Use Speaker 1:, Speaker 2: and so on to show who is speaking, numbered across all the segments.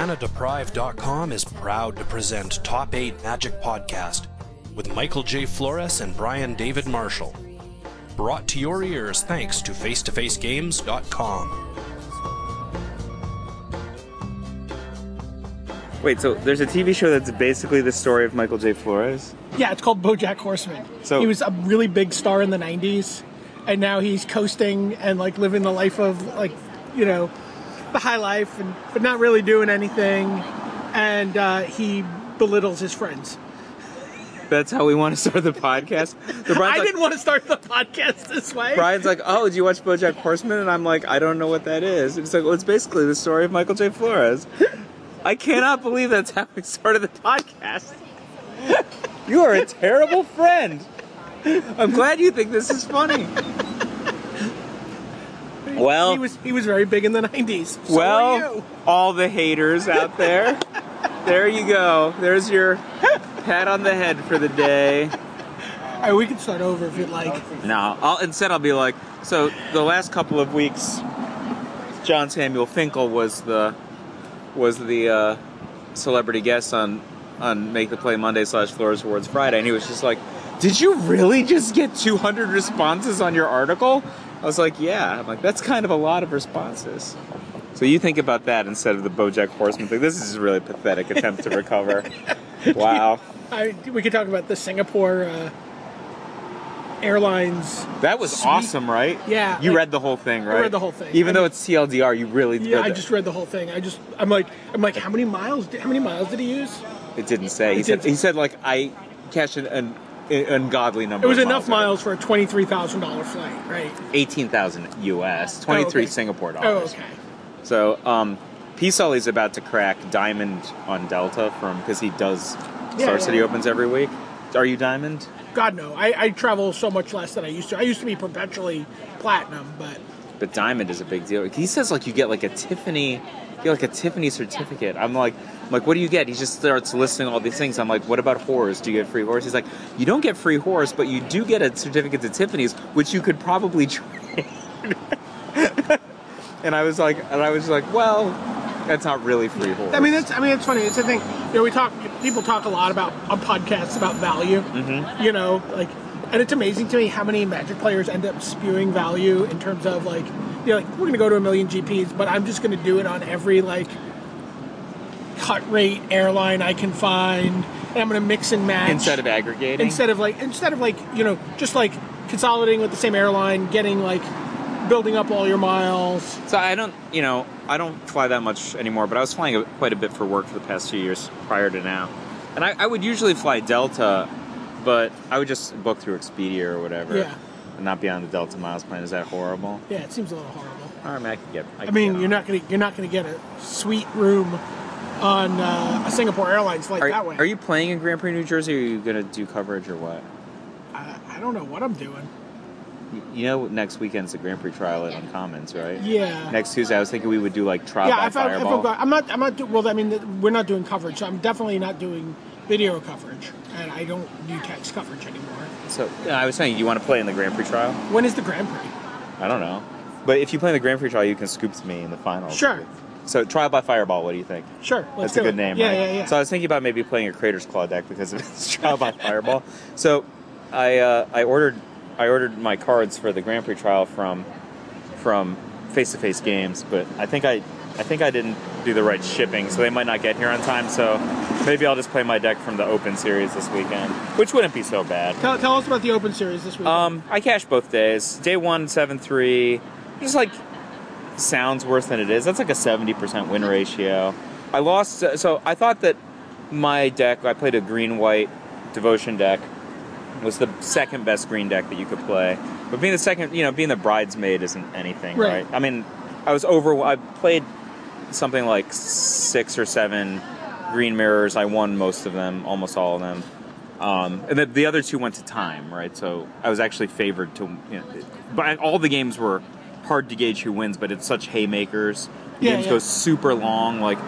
Speaker 1: ManaDeprived.com is proud to present Top 8 Magic Podcast with Michael J. Flores and Brian David Marshall. Brought to your ears thanks to FaceToFaceGames.com.
Speaker 2: Wait, so there's a TV show that's basically the story of Michael J. Flores?
Speaker 3: Yeah, it's called BoJack Horseman.
Speaker 2: So-
Speaker 3: he was a really big star in the '90s, and now he's coasting and like living the life of like you know the high life, and but not really doing anything. And uh, he belittles his friends.
Speaker 2: That's how we want to start the podcast. So Brian's,
Speaker 3: I
Speaker 2: like,
Speaker 3: didn't want to start the podcast this way.
Speaker 2: Brian's like, oh, do you watch BoJack Horseman? And I'm like, I don't know what that is. And it's like, well, it's basically the story of Michael J. Flores. I cannot believe that's how we started the podcast. you are a terrible friend. I'm glad you think this is funny. Well,
Speaker 3: he was he was very big in the '90s. So
Speaker 2: well,
Speaker 3: were you.
Speaker 2: all the haters out there, there you go. There's your pat on the head for the day.
Speaker 3: All right, we can start over if you'd like.
Speaker 2: No, I'll, instead I'll be like, so the last couple of weeks, John Samuel Finkel was the was the uh, celebrity guest on on Make the Play Monday slash Flores Awards Friday, and he was just like, "Did you really just get 200 responses on your article?" I was like, "Yeah." I'm like, "That's kind of a lot of responses." So you think about that instead of the BoJack Horseman thing. This is a really pathetic attempt to recover. Wow,
Speaker 3: I, we could talk about the Singapore uh, Airlines.
Speaker 2: that was
Speaker 3: Sweet.
Speaker 2: awesome, right?
Speaker 3: Yeah,
Speaker 2: You
Speaker 3: like-
Speaker 2: read the whole thing, right?
Speaker 3: read the whole thing.
Speaker 2: Even
Speaker 3: I
Speaker 2: though
Speaker 3: mean-
Speaker 2: it's TLDR, you really
Speaker 3: Yeah,
Speaker 2: read
Speaker 3: I
Speaker 2: it.
Speaker 3: just read the whole thing. I just I'm like I'm like how many miles? Did, how many miles did he use?
Speaker 2: It didn't say. He
Speaker 3: It
Speaker 2: said.
Speaker 3: didn't.
Speaker 2: He said like I cashed an, an, an ungodly number.
Speaker 3: It was
Speaker 2: of
Speaker 3: enough
Speaker 2: miles.
Speaker 3: miles for a twenty three thousand dollar flight, right?
Speaker 2: Eighteen thousand U.S. Twenty three Singapore
Speaker 3: Oh,
Speaker 2: dollars.
Speaker 3: okay.
Speaker 2: So, um, P. Sully's about to crack Diamond on Delta from because he does
Speaker 3: Yeah,
Speaker 2: Star
Speaker 3: yeah.
Speaker 2: City Opens every week. Are you Diamond?
Speaker 3: God no, I, I travel so much less than I used to. I used to be perpetually platinum, but
Speaker 2: But Diamond is a big deal. He says like you get like a Tiffany, you get like a Tiffany certificate. I'm like, I'm like what do you get? He just starts listing all these things. I'm like, what about whores? Do you get free whores? He's like, you don't get free whores, but you do get a certificate to Tiffany's, which you could probably trade. and I was like, and I was like, well, that's not really free whores.
Speaker 3: I mean that's I mean it's funny. It's a thing. You know, we talk people talk a lot about on podcasts about value. Mm-hmm. You know, like and it's amazing to me how many magic players end up spewing value in terms of like you know, like we're gonna go to a million GPs, but I'm just gonna do it on every like cut rate airline I can find and I'm gonna mix and match
Speaker 2: instead of aggregating,
Speaker 3: instead of like instead of like you know just like consolidating with the same airline getting like building up all your miles
Speaker 2: So I don't, you know, I don't fly that much anymore, but I was flying a- quite a bit for work for the past few years prior to now. And I, I would usually fly Delta, but I would just book through Expedia or whatever.
Speaker 3: Yeah.
Speaker 2: And not be on the Delta Miles plan. Is that horrible?
Speaker 3: yeah it seems a little horrible
Speaker 2: All right, man, I can get.
Speaker 3: i
Speaker 2: can
Speaker 3: mean
Speaker 2: get
Speaker 3: you're
Speaker 2: on.
Speaker 3: not gonna you're not gonna get a sweet room on uh, a singapore airlines flight
Speaker 2: Are,
Speaker 3: that way
Speaker 2: are you playing in Grand Prix, New Jersey? Or are you gonna do coverage or what?
Speaker 3: I, I don't know what i'm doing
Speaker 2: Y- You know, next weekend's the Grand Prix trial at Uncommons, right?
Speaker 3: Yeah.
Speaker 2: Next Tuesday, I was thinking we would do like trial
Speaker 3: yeah
Speaker 2: by
Speaker 3: if I, if
Speaker 2: fireball.
Speaker 3: I'm, going, I'm not i'm not do, well i mean th- we're not doing coverage so i'm definitely not doing video coverage and i don't do text coverage anymore
Speaker 2: so yeah, I was saying, you want to play in the Grand Prix trial?
Speaker 3: when is the grand prix
Speaker 2: I don't know. But if you play in the Grand Prix trial, you can scoop to me in the finals.
Speaker 3: Sure.
Speaker 2: So trial by fireball. What do you think?
Speaker 3: sure let's
Speaker 2: That's a
Speaker 3: do
Speaker 2: good
Speaker 3: it.
Speaker 2: name,
Speaker 3: yeah
Speaker 2: right?
Speaker 3: yeah yeah
Speaker 2: So I was thinking about maybe playing a Crater's Claw deck because of it's trial by fireball. So I uh, I ordered I ordered my cards for the Grand Prix trial from from face to face games, but I think I I think I didn't do the right shipping, so they might not get here on time. So maybe I'll just play my deck from the Open Series this weekend, which wouldn't be so bad.
Speaker 3: tell, tell us about the open series this week
Speaker 2: Um, I cashed both days. Day one, seven three. Just like sounds worse than it is. That's like a seventy percent win ratio. I lost. uh, So I thought that my deck. I played a green white devotion deck. Was the second best green deck that you could play. But being the second, you know, being the bridesmaid isn't anything, right?
Speaker 3: Right.
Speaker 2: I mean, I was over. I played something like six or seven green mirrors. I won most of them, almost all of them. Um, and the, the other two went to time, right? So I was actually favored to. You know, but all the games were hard to gauge who wins, but it's such haymakers. The
Speaker 3: Yeah,
Speaker 2: games
Speaker 3: yeah.
Speaker 2: go super long, like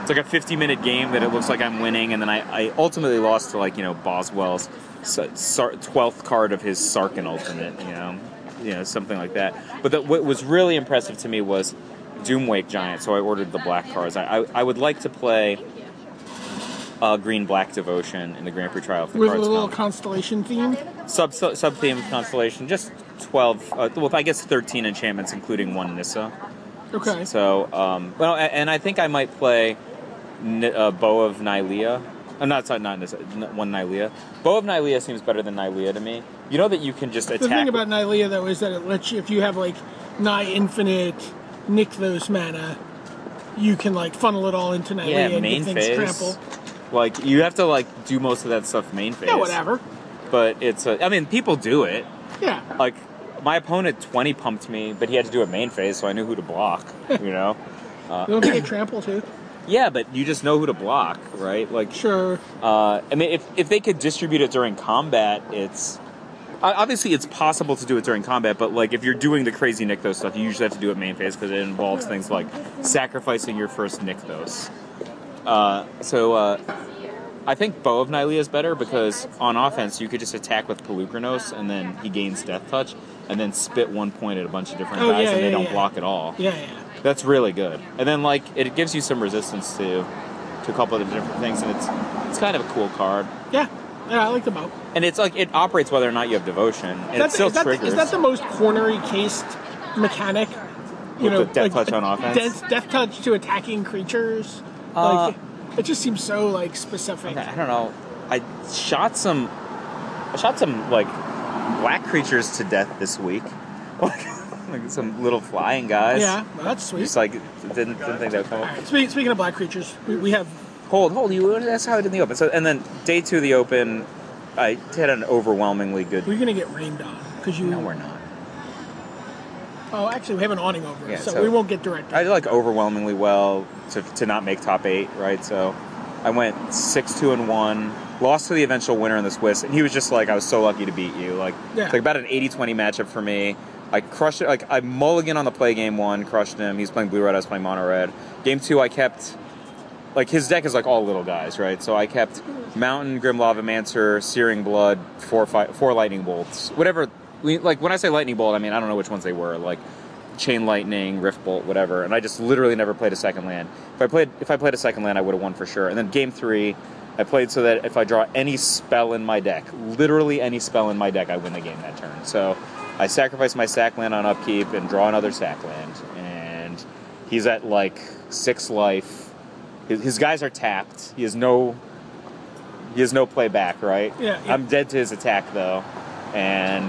Speaker 2: it's like a 50 minute game that it looks like I'm winning, and then I, I ultimately lost to like you know Boswell's sa- sar- 12th card of his Sarkin ultimate, you know, you know something like that. But the, what was really impressive to me was Doomwake Giant, so I ordered the black cards. I, I, I would like to play uh, Green Black Devotion in the Grand Prix Trial if the
Speaker 3: with a
Speaker 2: cards
Speaker 3: little
Speaker 2: come.
Speaker 3: constellation theme.
Speaker 2: sub sub sub theme of Constellation, just 12, uh, well, I guess 13 enchantments, including one Nissa.
Speaker 3: Okay.
Speaker 2: So, um, well, a- and I think I might play N- uh, Bow of Nylea. I'm not sorry, not Nissa, n- one Nylea. Bow of Nylea seems better than Nylea to me. You know that you can just attack.
Speaker 3: the thing about Nylea though is that it lets you if you have like nigh infinite nick those mana, you can like funnel it all into Nylea
Speaker 2: yeah,
Speaker 3: and
Speaker 2: main
Speaker 3: get things
Speaker 2: phase.
Speaker 3: trample.
Speaker 2: Like you have to like do most of that stuff main phase.
Speaker 3: Yeah, whatever.
Speaker 2: But it's a, I mean people do it.
Speaker 3: Yeah.
Speaker 2: Like my opponent 20 pumped me, but he had to do a main phase, so I knew who to block. You know.
Speaker 3: you want me to trample too?
Speaker 2: Yeah, but you just know who to block, right? Like,
Speaker 3: Sure.
Speaker 2: uh, I mean, if, if they could distribute it during combat, it's o- obviously it's possible to do it during combat. But like, if you're doing the crazy Nykthos stuff, you usually have to do it main phase because it involves things like sacrificing your first Nykthos. Uh, so uh, I think Bow of Nylea is better because on offense you could just attack with Pelucranos and then he gains Death Touch and then spit one point at a bunch of different
Speaker 3: Oh,
Speaker 2: guys
Speaker 3: yeah,
Speaker 2: and they
Speaker 3: yeah,
Speaker 2: don't
Speaker 3: yeah.
Speaker 2: block at all.
Speaker 3: Yeah, yeah.
Speaker 2: That's really good. And then like it gives you some resistance to to a couple of the different things, and it's it's kind of a cool card.
Speaker 3: Yeah. Yeah, I like the bow.
Speaker 2: And it's like it operates whether or not you have devotion, and it
Speaker 3: That's-
Speaker 2: still
Speaker 3: is, that,
Speaker 2: triggers.
Speaker 3: is that the most cornery cased mechanic? You
Speaker 2: With
Speaker 3: know,
Speaker 2: the death touch on offense?
Speaker 3: Death, death touch to attacking creatures. like, it just seems so like specific.
Speaker 2: I don't know. I shot some I shot some like black creatures to death this week, like, like some little flying guys.
Speaker 3: Yeah, well, that's sweet.
Speaker 2: Just like didn't, didn't think that would come
Speaker 3: All
Speaker 2: up.
Speaker 3: right. Speaking, speaking of black creatures, we, we have
Speaker 2: Hold, hold. You. That's how it in the open. So, and then day two of the open, I had an overwhelmingly good.
Speaker 3: we're gonna get rained on because you.
Speaker 2: No, we're not.
Speaker 3: Oh, actually, we have an awning over, it,
Speaker 2: Yeah,
Speaker 3: so,
Speaker 2: so-
Speaker 3: we won't get direct.
Speaker 2: I did like overwhelmingly well to, to not make top eight, right? So I went six two and one, lost to the eventual winner in the Swiss, and he was just like, I was so lucky to beat you. Like,
Speaker 3: Yeah.
Speaker 2: it's like about an 80-20 matchup for me. I crushed it. Like I mulligan on the play game one, crushed him. He's playing blue red, I was playing mono red. Game two, I kept like his deck is like all little guys, right? So I kept Mountain, Grim Lava Mancer, Searing Blood, four fi- four lightning bolts, whatever. we- Like when I say lightning bolt, I mean I don't know which ones they were, like chain lightning, rift bolt, whatever. And I just literally never played a second land. If I played if I played a second land, I would have won for sure. And then game three, I played so that if I draw any spell in my deck, literally any spell in my deck, I win the game that turn. So I sacrifice my sack land on upkeep and draw another sack land, and he's at like six life. His, his guys are tapped. He has no. He has no play back, right?
Speaker 3: Yeah, yeah.
Speaker 2: I'm dead to his attack though, and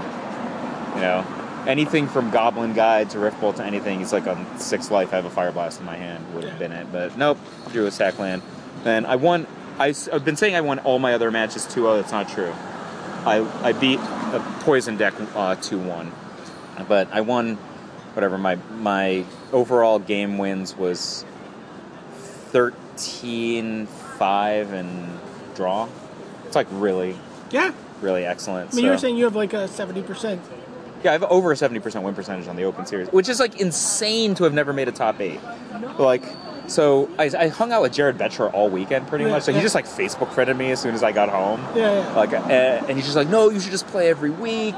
Speaker 2: you know anything from Goblin Guide to Rift Bolt to anything. He's like on six life. I have a Fire Blast in my hand. Would have
Speaker 3: Yeah.
Speaker 2: been it, but nope. Drew a sack land. Then I won. I, have been saying I won all my other matches 2-0. That's not true. I I beat a poison deck uh, two one, but I won. Whatever my my overall game wins was 13 5 and draw. It's like really,
Speaker 3: Yeah,
Speaker 2: really excellent.
Speaker 3: I mean, you were
Speaker 2: so-
Speaker 3: saying you have like a seventy percent.
Speaker 2: yeah, I have over a 70% win percentage on the Open Series, which is like insane to have never made a top eight. Like, so I, I hung out with Jared Betcher all weekend pretty much. So he just like Facebook friended me as soon as I got home.
Speaker 3: Yeah, yeah.
Speaker 2: Like, uh, and he's just like, no, you should just play every week.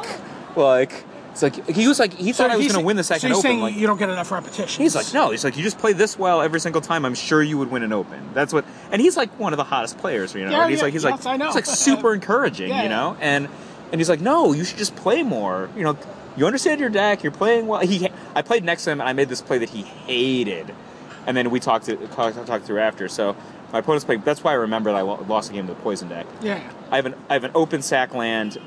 Speaker 2: Like, it's like, he was like, he thought I was going to win the second
Speaker 3: So you're
Speaker 2: Open.
Speaker 3: saying
Speaker 2: like,
Speaker 3: you don't get enough repetitions?
Speaker 2: He's like, no. He's like, you just play this well every single time. I'm sure you would win an open. That's what. And he's like one of the hottest players, you know.
Speaker 3: Yeah,
Speaker 2: and he's
Speaker 3: yeah,
Speaker 2: like, he's like,
Speaker 3: yes, I know.
Speaker 2: it's like super encouraging,
Speaker 3: Yeah,
Speaker 2: you know. And and he's like, no, you should just play more. You know, you understand your deck. You're playing well. He, I played next to him, and I made this play that he hated. And then we talked to, talked, talked through after. So my opponent's playing. That's why I remember that I lo- lost the game to the poison deck.
Speaker 3: Yeah.
Speaker 2: I have an I have an open sack land.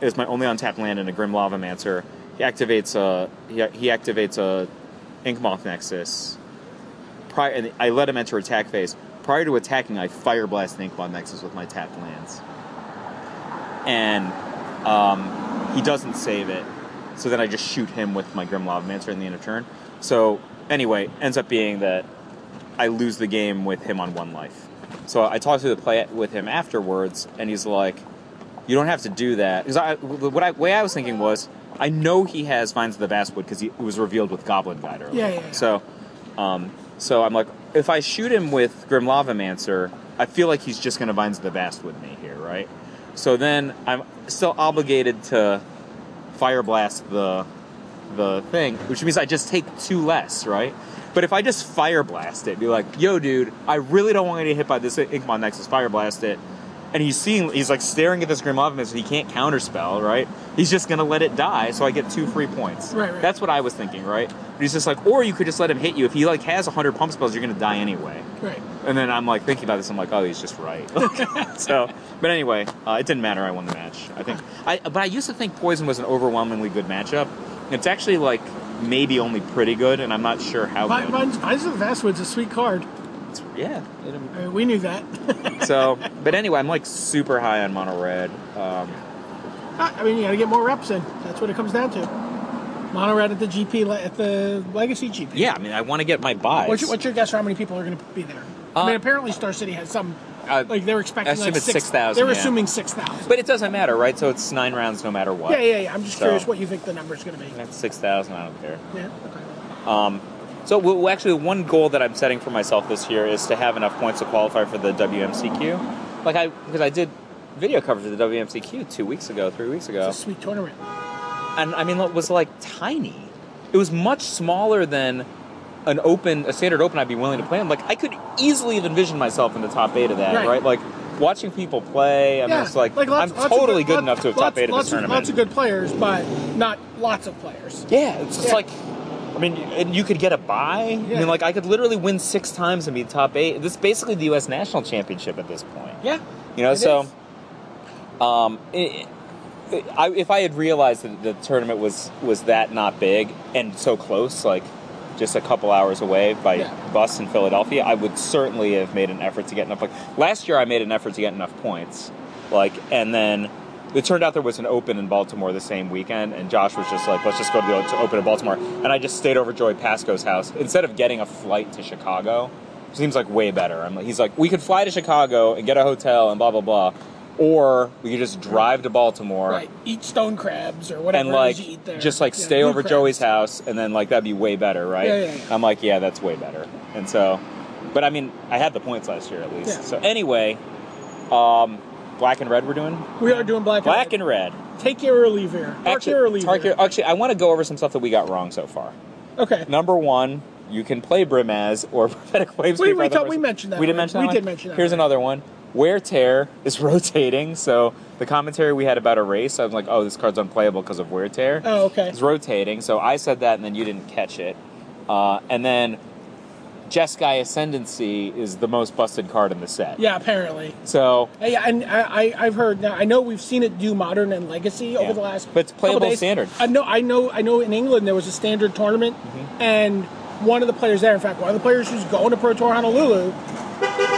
Speaker 2: It's my only untapped land and a Grim Lava Mancer. He activates a he, he activates a Ink Moth Nexus. Prior and I let him enter attack phase. Prior to attacking, I fire blast an Ink Moth Nexus with my tapped lands, and um, he doesn't save it. So then I just shoot him with my Grim Lava Mancer in the end of turn. So anyway, ends up being that I lose the game with him on one life. So I talked to the play with him afterwards, and he's like, "You don't have to do that." Because I, the- what I way I was thinking was, I know he has Vines of the Basswood because it was revealed with Goblin Guide earlier.
Speaker 3: Yeah, yeah, yeah.
Speaker 2: So, um, so I'm like, if I shoot him with Grim Lavamancer, I feel like he's just going to Vines of the Basswood me here, right? So then I'm still obligated to Fire Blast the the thing, which means I just take two less, right? But if I just fire blast it, be like, "Yo, dude, I really don't want to get hit by this Inkmon Nexus. Fire blast it," and he's seeing, he's like staring at this Grim Optimus. He can't counterspell, right? He's just gonna let it die, so I get two free points.
Speaker 3: Right, right.
Speaker 2: That's what I was thinking, right? But he's just like, or you could just let him hit you. If he like has hundred pump spells, you're gonna die anyway.
Speaker 3: Right.
Speaker 2: And then I'm like thinking about this. I'm like, oh, he's just right. so, but anyway, uh, it didn't matter. I won the match. I think. I but I used to think Poison was an overwhelmingly good matchup. It's actually like maybe only pretty good, and I'm not sure how
Speaker 3: Vines,
Speaker 2: good.
Speaker 3: Vines, Vines of the Vastwood's a sweet card.
Speaker 2: Yeah. it-
Speaker 3: I mean, we knew that.
Speaker 2: so, but anyway, I'm like super high on mono red. Um,
Speaker 3: I mean, you got to get more reps in. That's what it comes down to. Mono red at the GP le- at the Legacy GP.
Speaker 2: yeah, I mean, I want to get my buys.
Speaker 3: What's your, what's your guess for how many people are going to be there?
Speaker 2: Uh,
Speaker 3: I mean, apparently Star City has some.
Speaker 2: Uh,
Speaker 3: like they're expecting
Speaker 2: I assume
Speaker 3: like
Speaker 2: it's
Speaker 3: six
Speaker 2: 6,000,
Speaker 3: They're
Speaker 2: yeah.
Speaker 3: assuming six thousand.
Speaker 2: but it doesn't matter, right? So it's nine rounds, no matter what.
Speaker 3: Yeah, yeah, yeah. I'm just
Speaker 2: So-
Speaker 3: curious what you think the number's going to be.
Speaker 2: That's six thousand. I don't care.
Speaker 3: Yeah. Okay.
Speaker 2: So, well, well, actually, one goal that I'm setting for myself this year is to have enough points to qualify for the WMCQ. Like I, because I did video coverage of the WMCQ two weeks ago, three weeks ago,
Speaker 3: It's a sweet tournament.
Speaker 2: and I mean, it was like tiny. It was much smaller than an open, a standard open. I'd be willing to play in. Like I could easily have envisioned myself in the top eight of that, right?
Speaker 3: Right.
Speaker 2: Like watching people play, I'm
Speaker 3: yeah,
Speaker 2: just like,
Speaker 3: lots-
Speaker 2: I'm
Speaker 3: lots of
Speaker 2: totally good, enough to have top
Speaker 3: lots-
Speaker 2: eight of
Speaker 3: lots
Speaker 2: this tournament.
Speaker 3: Lots of good players, but not lots of players.
Speaker 2: Yeah, it's just
Speaker 3: Yeah.
Speaker 2: like, I mean, and you could get a buy. I
Speaker 3: Yeah.
Speaker 2: mean, like, I could literally win six times and be top eight. This is basically the U.S. national championship at this point.
Speaker 3: Yeah.
Speaker 2: You know,
Speaker 3: It
Speaker 2: so,
Speaker 3: is.
Speaker 2: um, it, it- I, if I had realized that the tournament was was that not big and so close, like just a couple hours away by
Speaker 3: Yeah.
Speaker 2: bus in Philadelphia, I would certainly have made an effort to get enough. Like last year, I made an effort to get enough points. Like, and then it turned out there was an open in Baltimore the same weekend, and Josh was just like, "Let's just go to the o- to open in Baltimore," and I just stayed over at Joey Pasco's house instead of getting a flight to Chicago. Seems like way better. I'm like, he's like, we could fly to Chicago and get a hotel and blah blah blah, or we could just drive to Baltimore
Speaker 3: Right. Eat stone crabs or whatever
Speaker 2: and
Speaker 3: it
Speaker 2: like
Speaker 3: is you eat there.
Speaker 2: just like
Speaker 3: Yeah,
Speaker 2: stay
Speaker 3: blue
Speaker 2: over
Speaker 3: crabs.
Speaker 2: Joey's house and then like that'd be way better, right?
Speaker 3: Yeah, yeah, yeah.
Speaker 2: I'm like, yeah, that's way better. And so, but I mean, I had the points last year at least.
Speaker 3: Yeah.
Speaker 2: So anyway, um, black and red we're doing.
Speaker 3: We are doing black.
Speaker 2: Black and red.
Speaker 3: take your or leave here. Mark
Speaker 2: Actually,
Speaker 3: your or leave
Speaker 2: Tark
Speaker 3: here.
Speaker 2: your- actually, I want to go over some stuff that we got wrong so far.
Speaker 3: Okay.
Speaker 2: Number one, you can play Brimaz or prophetic waves.
Speaker 3: We-
Speaker 2: Keeper,
Speaker 3: we
Speaker 2: other
Speaker 3: thought- we
Speaker 2: person-
Speaker 3: mentioned that
Speaker 2: We did
Speaker 3: already.
Speaker 2: mention
Speaker 3: We
Speaker 2: that. one?
Speaker 3: did mention that
Speaker 2: Here's
Speaker 3: already.
Speaker 2: another one. Wear tear is rotating. So the commentary we had about a race, I was like, oh, this card's unplayable because of wear tear.
Speaker 3: Oh, okay.
Speaker 2: It's rotating. So I said that, and then you didn't catch it. Uh, and then Jeskai Ascendancy is the most busted card in the set.
Speaker 3: Yeah, apparently.
Speaker 2: So
Speaker 3: Uh, Yeah, and I, I, I've heard now. I know we've seen it do modern and legacy
Speaker 2: Yeah.
Speaker 3: over the last.
Speaker 2: But it's
Speaker 3: couple
Speaker 2: playable
Speaker 3: days.
Speaker 2: standard.
Speaker 3: I know. I know. I know. In England, there was a standard tournament,
Speaker 2: Mm-hmm.
Speaker 3: and one of the players there, in fact, one of the players who's going to Pro Tour Honolulu,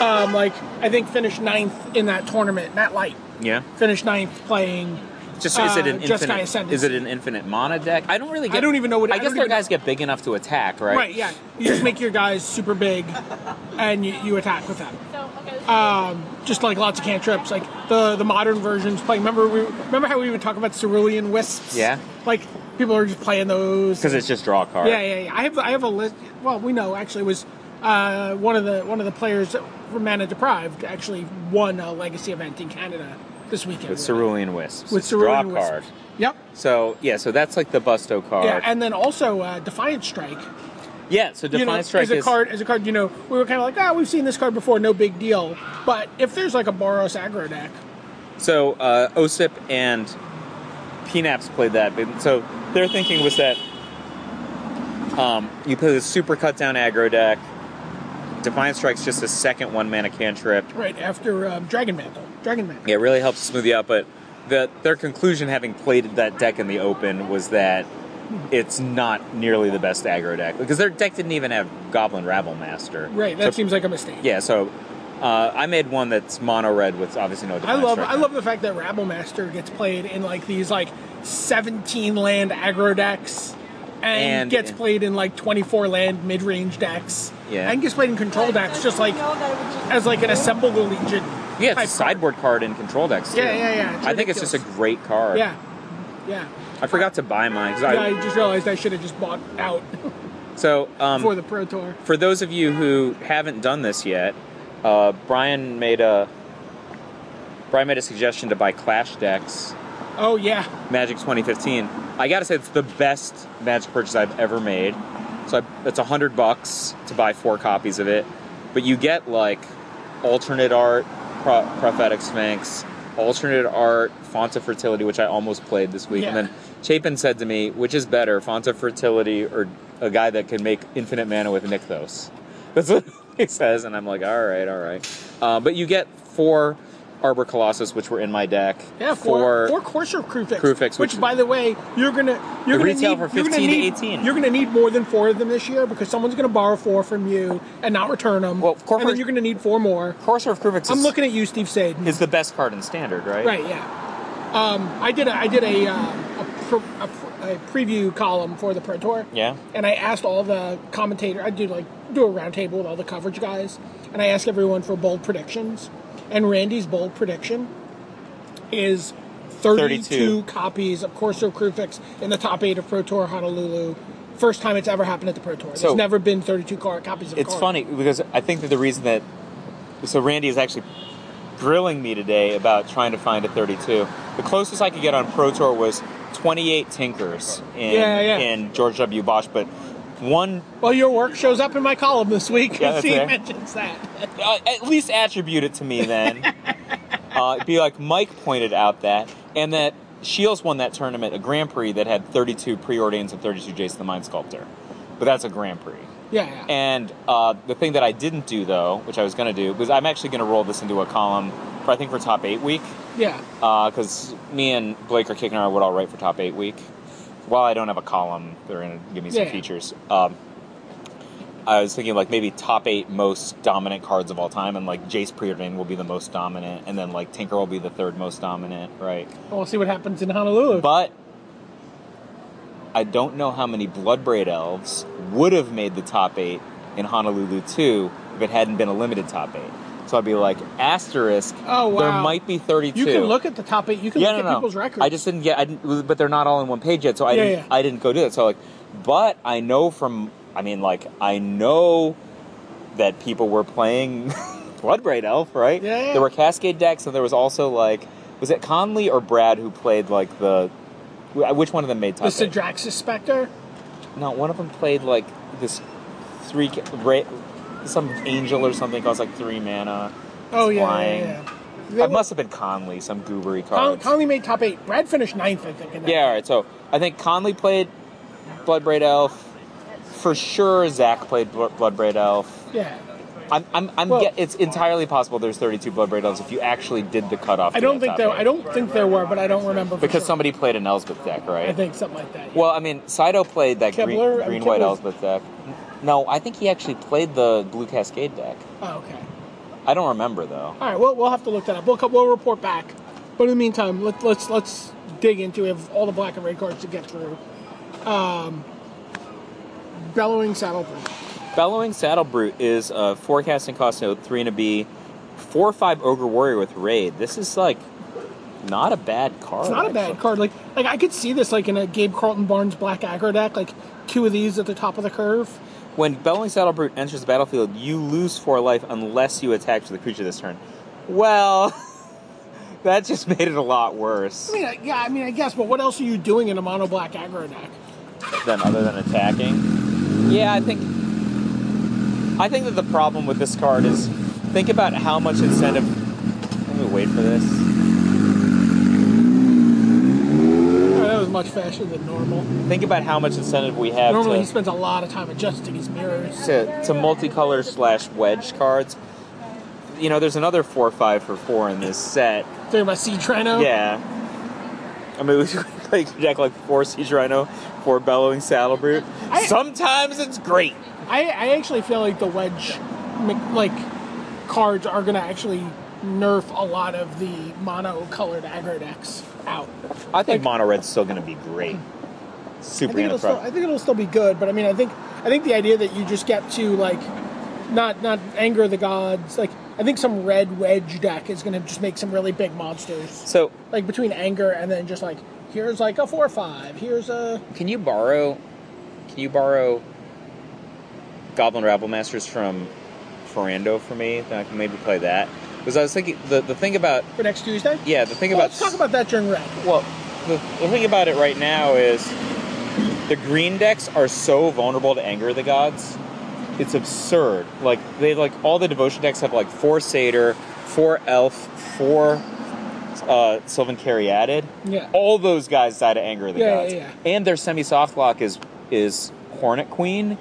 Speaker 3: um, like I think finished ninth in that tournament. Matt Light
Speaker 2: yeah.
Speaker 3: finished ninth playing.
Speaker 2: Just
Speaker 3: is it an Uh, Jeskai infinite- Ascendancy. is it
Speaker 2: an infinite mono deck? I don't really.
Speaker 3: get- don't even know what-
Speaker 2: I,
Speaker 3: I I
Speaker 2: guess
Speaker 3: guess
Speaker 2: their
Speaker 3: don't their even-
Speaker 2: guys
Speaker 3: guys
Speaker 2: get big enough to attack, right?
Speaker 3: Right. Yeah. You just make your guys super big, and you, you attack with them. um, just like lots of cantrips, like the the modern versions. Playing, remember we remember how we would talk about cerulean wisps?
Speaker 2: Yeah.
Speaker 3: like people are just playing those.
Speaker 2: Because it's just draw a card.
Speaker 3: yeah, yeah, yeah. I have I have a list. Well, we know actually it was uh, one of the one of the players from Mana Deprived actually won a legacy event in Canada this weekend
Speaker 2: with cerulean wisps.
Speaker 3: with
Speaker 2: It's a draw
Speaker 3: cerulean wisps.
Speaker 2: card.
Speaker 3: Yep.
Speaker 2: So yeah, so that's like the Busto card.
Speaker 3: Yeah, and then also uh, Defiant Strike.
Speaker 2: Yeah, so
Speaker 3: you
Speaker 2: Defiant
Speaker 3: know,
Speaker 2: Strike
Speaker 3: as a
Speaker 2: is
Speaker 3: card, as a card, you know, we were kind of like, ah, we've seen this card before, no big deal. But if there's like a Boros aggro deck,
Speaker 2: so uh, Osip and Pnaps played that. But, so their thinking was that um, you play this super cut down aggro deck. Defiant Strike's just a second one mana cantrip.
Speaker 3: Right after um, Dragon Mantle. Dragon Mantle.
Speaker 2: Yeah, it really helps smooth you out. But the, their conclusion, having played that deck in the open, was that it's not nearly the best aggro deck because their deck didn't even have Goblin Rabble Master.
Speaker 3: Right. That
Speaker 2: So
Speaker 3: seems like a mistake.
Speaker 2: Yeah, so uh, I made one that's mono red with obviously no.
Speaker 3: I
Speaker 2: Divine
Speaker 3: love
Speaker 2: Strike
Speaker 3: I
Speaker 2: on
Speaker 3: love the fact that Rabble Master gets played in like these like 17 land aggro decks and,
Speaker 2: And-
Speaker 3: gets played in like 24 land mid range decks.
Speaker 2: Yeah.
Speaker 3: And gets played in control decks just like as like an assembled
Speaker 2: it.
Speaker 3: legion.
Speaker 2: Yeah, it's a
Speaker 3: type
Speaker 2: sideboard card in control decks. Too.
Speaker 3: Yeah, yeah, yeah, it's
Speaker 2: I think it's just a great card.
Speaker 3: card. Yeah. Yeah.
Speaker 2: I forgot to buy mine. 'cause I-
Speaker 3: Yeah, I just realized I should have just bought out
Speaker 2: so um,
Speaker 3: for the Pro Tour.
Speaker 2: for those of you who haven't done this yet, uh, Brian made a Brian made a suggestion to buy Clash decks
Speaker 3: Oh yeah.
Speaker 2: Magic 2015. I gotta say, it's the best Magic purchase I've ever made. So I, it's a hundred bucks to buy four copies of it, but you get like alternate art, pro, prophetic sphinx, alternate art, font of fertility, which I almost played this week, and
Speaker 3: Yeah.
Speaker 2: then Chapin said to me, "Which is better, font of fertility or a guy that can make infinite mana with Nykthos?" That's what he says, and I'm like, "All right, all right." Uh, but you get four Arbor Colossus, which were in my deck.
Speaker 3: Yeah,
Speaker 2: four-
Speaker 3: four four Corsair crew fix.
Speaker 2: Crew fix,
Speaker 3: which,
Speaker 2: which-
Speaker 3: by the way, you're gonna you're
Speaker 2: They
Speaker 3: gonna
Speaker 2: retail
Speaker 3: need
Speaker 2: for
Speaker 3: you're gonna
Speaker 2: 15 to
Speaker 3: need-
Speaker 2: 18.
Speaker 3: You're gonna need more than four of them this year because someone's gonna borrow four from you and not return them.
Speaker 2: Well,
Speaker 3: and
Speaker 2: corporate-
Speaker 3: then you're gonna need four more.
Speaker 2: Courser of Kruvix is,
Speaker 3: I'm looking at you, Steve Saden.
Speaker 2: is the best card in standard, right?
Speaker 3: Right, yeah. Um, I did a, I did a, uh, a, pre- a, pre- a preview column for the Pro Tour.
Speaker 2: Yeah.
Speaker 3: And I asked all the commentator. I do like do a roundtable with all the coverage guys, and I ask everyone for bold predictions. And Randy's bold prediction is 32,
Speaker 2: 32.
Speaker 3: copies of Corso Crufix in the top eight of Pro Tour Honolulu. First time it's ever happened at the Pro Tour. There's
Speaker 2: So-
Speaker 3: never been 32 car- copies of. a
Speaker 2: It's
Speaker 3: card.
Speaker 2: funny because I think that the reason that so Randy is actually grilling me today about trying to find a 32. The closest I could get on Pro Tour was 28 Tinkers in,
Speaker 3: Yeah, yeah.
Speaker 2: in George W. Bosch, but one
Speaker 3: Well, your work shows up in my column this week.
Speaker 2: Yeah, that's
Speaker 3: he
Speaker 2: right.
Speaker 3: mentions that.
Speaker 2: uh, at least attribute it to me then. uh, it'd be like Mike pointed out that, and that Shields won that tournament, a Grand Prix that had 32 preordains and 32 Jason the Mind Sculptor, but that's a Grand Prix.
Speaker 3: Yeah, yeah.
Speaker 2: And uh, the thing that I didn't do though, which I was going to do, was I'm actually going to roll this into a column for I think for top eight week,
Speaker 3: Yeah.
Speaker 2: because me and Blake are kicking our wood all right for top eight week. While I don't have a column, they're going to give me some
Speaker 3: Yeah.
Speaker 2: features. Um, I was thinking like maybe top eight most dominant cards of all time, and like Jace Preordain will be the most dominant, and then like Tinker will be the third most dominant, right?
Speaker 3: We'll see what happens in Honolulu.
Speaker 2: But I don't know how many Bloodbraid elves would have made the top eight in Honolulu 2 if it hadn't been a limited top eight. So I'd be like, asterisk,
Speaker 3: Oh, wow.
Speaker 2: there might be 32.
Speaker 3: you can look at the top eight. You can
Speaker 2: yeah,
Speaker 3: look
Speaker 2: no,
Speaker 3: at
Speaker 2: no.
Speaker 3: people's records.
Speaker 2: I just didn't get, I didn't, but they're not all in one page yet, so I,
Speaker 3: Yeah,
Speaker 2: didn't,
Speaker 3: yeah.
Speaker 2: I didn't go do that. So, like, but I know from, I mean, like, I know that people were playing Bloodbraid Elf, right?
Speaker 3: Yeah, yeah.
Speaker 2: There were Cascade decks, and there was also, like, was it Conley or Brad who played, like, the, wh- which one of them made
Speaker 3: the
Speaker 2: top eight?
Speaker 3: Sidraxis Spectre.
Speaker 2: No, one of them played like this three ca- ra- some angel or something costs like three mana.
Speaker 3: Oh yeah,
Speaker 2: flying.
Speaker 3: yeah, yeah.
Speaker 2: It must have been Conley, some goobery
Speaker 3: Con-
Speaker 2: card.
Speaker 3: Conley made top eight. Brad finished ninth, I think. In that.
Speaker 2: yeah, all right. So I think Conley played Bloodbraid Elf. For sure, Zach played Bl- Bloodbraid Elf.
Speaker 3: yeah.
Speaker 2: I'm, I'm, I'm
Speaker 3: Well-
Speaker 2: get, it's entirely possible there's 32 Bloodbraid Elves if you actually did the cutoff.
Speaker 3: I
Speaker 2: to
Speaker 3: don't
Speaker 2: that
Speaker 3: think
Speaker 2: top
Speaker 3: there.
Speaker 2: eight.
Speaker 3: I don't think there were, but I don't remember. for
Speaker 2: because
Speaker 3: sure.
Speaker 2: somebody played an Elspeth deck, right?
Speaker 3: I think something like that. yeah.
Speaker 2: Well, I mean, Saito played that green,
Speaker 3: Kibler? I mean,
Speaker 2: green white
Speaker 3: Kibler's-
Speaker 2: Elspeth deck. No, I think he actually played the blue Cascade deck.
Speaker 3: Oh, okay.
Speaker 2: I don't remember though.
Speaker 3: All right. Well, we'll have to look that up. We'll co- we'll report back. But in the meantime, let, let's let's dig into. We have all the black and red cards to get through. Um, bellowing saddle Brute.
Speaker 2: Bellowing Saddle Brute is a forecasting cost note three and a B, four or five Ogre Warrior with Raid. This is like not a bad card.
Speaker 3: It's not a bad
Speaker 2: actually.
Speaker 3: card. Like like I could see this like in a Gabe Carlton Barnes black aggro deck. Like two of these at the top of the curve.
Speaker 2: When Bellowing Saddle Brute enters the battlefield, you lose four life unless you attack with the creature this turn. Well, that just made it a lot worse
Speaker 3: I mean, I- yeah, I mean, I guess, but what else are you doing in a mono black aggro deck?
Speaker 2: than other than attacking. Yeah, I think I think that the problem with this card is think about how much incentive. Let me wait for this.
Speaker 3: Oh, that was much faster than normal.
Speaker 2: Think about how much incentive we have
Speaker 3: Normally, he
Speaker 2: to,
Speaker 3: spends a lot of time adjusting his mirrors.
Speaker 2: to, to multicolor slash wedge cards. You know, there's another four five for four in this set.
Speaker 3: Talking about Sea Trino.
Speaker 2: Yeah. I mean, we played deck like four Siege Rhino, four Bellowing Saddle Brute.
Speaker 3: I-
Speaker 2: Sometimes it's great.
Speaker 3: I, I actually feel like the wedge, m- like, cards are gonna actually nerf a lot of the mono colored aggro decks out.
Speaker 2: I think Mono Red's still going to be great.
Speaker 3: I
Speaker 2: Super
Speaker 3: think, it'll still, I think it'll still be good, but I mean, I think I think the idea that you just get to like not not anger the gods. Like, I think some red wedge deck is gonna just make some really big monsters.
Speaker 2: So,
Speaker 3: like between anger and then just like here's like a four or five here's a
Speaker 2: can you borrow? Can you borrow Goblin Rabble Masters from Ferrando for me? Then I can maybe play that. Because I was thinking the the thing about
Speaker 3: for next tuesday
Speaker 2: Yeah, the thing
Speaker 3: Well,
Speaker 2: about
Speaker 3: let's talk about that during red
Speaker 2: well, the, the thing about it right now is the green decks are so vulnerable to anger of the gods. It's absurd. Like they like all the devotion decks have like four satyr, four elf, four uh, Sylvan Caryatid.
Speaker 3: Yeah.
Speaker 2: All those guys die to anger of the
Speaker 3: Yeah, yeah,
Speaker 2: gods.
Speaker 3: yeah.
Speaker 2: And their semi soft lock is is Hornet Queen,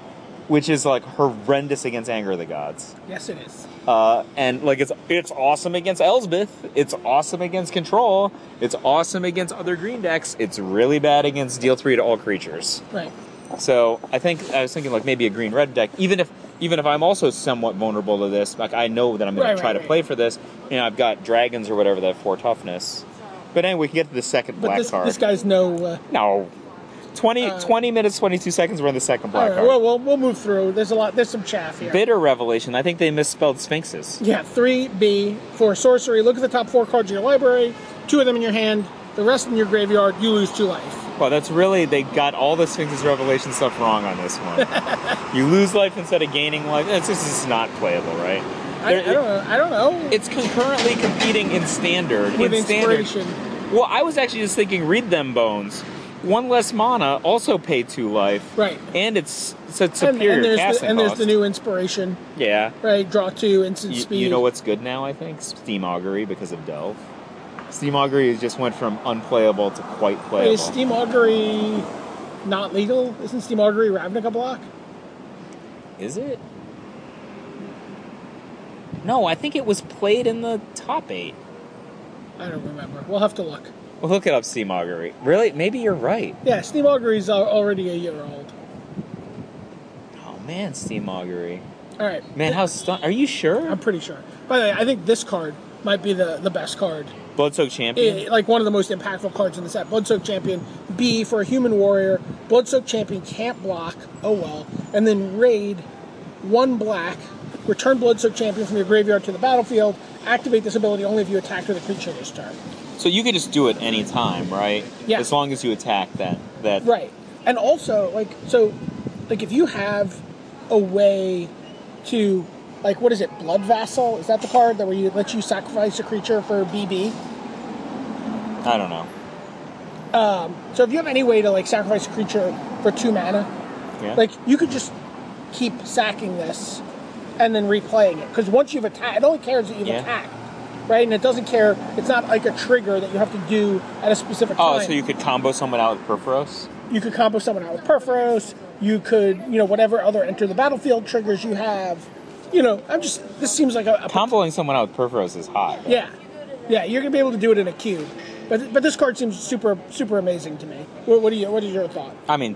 Speaker 2: which is like horrendous against anger of the gods.
Speaker 3: Yes, it is.
Speaker 2: Uh, and like it's it's awesome against Elsbeth. It's awesome against Control. It's awesome against other green decks. It's really bad against deal three to all creatures.
Speaker 3: Right.
Speaker 2: So I think I was thinking like maybe a green red deck. Even if even if I'm also somewhat vulnerable to this, like I know that I'm going
Speaker 3: Right,
Speaker 2: to try
Speaker 3: right,
Speaker 2: to
Speaker 3: right.
Speaker 2: play for this. You know, I've got dragons or whatever that have four toughness. But anyway, we can get to the second
Speaker 3: But
Speaker 2: black
Speaker 3: this,
Speaker 2: card.
Speaker 3: this guy's no. Uh,
Speaker 2: no. 20,
Speaker 3: Uh,
Speaker 2: 20 minutes, 22 seconds, we're on the second
Speaker 3: all
Speaker 2: black
Speaker 3: right.
Speaker 2: card.
Speaker 3: Well, we'll we'll move through. There's a lot. There's some chaff here.
Speaker 2: Bitter Revelation. I think they misspelled Sphinxes.
Speaker 3: Yeah, three B for sorcery. Look at the top four cards of your library. Two of them in your hand. The rest in your graveyard. You lose two life.
Speaker 2: Well, that's really, they got all the Sphinxes Revelation stuff wrong on this one. you lose life instead of gaining life. It's just, it's not playable, right?
Speaker 3: I, I
Speaker 2: There-
Speaker 3: don't know. I don't know.
Speaker 2: It's concurrently competing in standard.
Speaker 3: With
Speaker 2: in standard.
Speaker 3: inspiration.
Speaker 2: Well, I was actually just thinking, read them bones. One less mana, also pay two life.
Speaker 3: Right.
Speaker 2: And it's it's a
Speaker 3: And,
Speaker 2: superior
Speaker 3: and there's the,
Speaker 2: casting
Speaker 3: and there's
Speaker 2: cost.
Speaker 3: the new inspiration.
Speaker 2: yeah.
Speaker 3: Right. Draw two. Instant
Speaker 2: You,
Speaker 3: speed.
Speaker 2: you know what's good now? I think steam augury because of delve. Steam augury has just went from unplayable to quite playable.
Speaker 3: Is Steam Augury not legal? Isn't Steam Augury Ravnica block?
Speaker 2: Is it? No, I think it was played in the top eight.
Speaker 3: I don't remember. We'll have to look.
Speaker 2: Well, look it up, steam augury. Really? Maybe you're right.
Speaker 3: Yeah, Steam Augury is al- already a year old.
Speaker 2: Oh man, steam augury.
Speaker 3: All right.
Speaker 2: Man, how stun? Are you sure?
Speaker 3: I'm pretty sure. By the way, I think this card might be the, the best card.
Speaker 2: Bloodsoak champion.
Speaker 3: Eh, like one of the most impactful cards in the set. Bloodsoak Champion B for a human warrior. Bloodsoak Champion can't block. Oh well. And then raid one black. Return Bloodsoak Champion from your graveyard to the battlefield. Activate this ability only if you attack with a creature this turn.
Speaker 2: So you could just do it any time, right?
Speaker 3: Yeah.
Speaker 2: As long as you attack that that
Speaker 3: Right. And also, like, so, like, if you have a way to, like, what is it, Blood Vassal? Is that the card that where you lets you sacrifice a creature for BB?
Speaker 2: I don't know.
Speaker 3: So if you have any way to like sacrifice a creature for two mana,
Speaker 2: Yeah.
Speaker 3: like you could just keep sacking this and then replaying it because once you've attacked, it only cares that you've
Speaker 2: Yeah.
Speaker 3: attacked, right? And it doesn't care. It's not like a trigger that you have to do at a specific
Speaker 2: oh,
Speaker 3: time.
Speaker 2: so you could combo someone out with Perforos?
Speaker 3: you could combo someone out with Perforos. You could, you know, whatever other enter the battlefield triggers you have. You know, I'm just. This seems like a, a
Speaker 2: Comboing someone out with Perforos is hot.
Speaker 3: yeah, yeah. You're gonna be able to do it in a cube, but but this card seems super super amazing to me. What, what do you? What is your thought?
Speaker 2: I mean,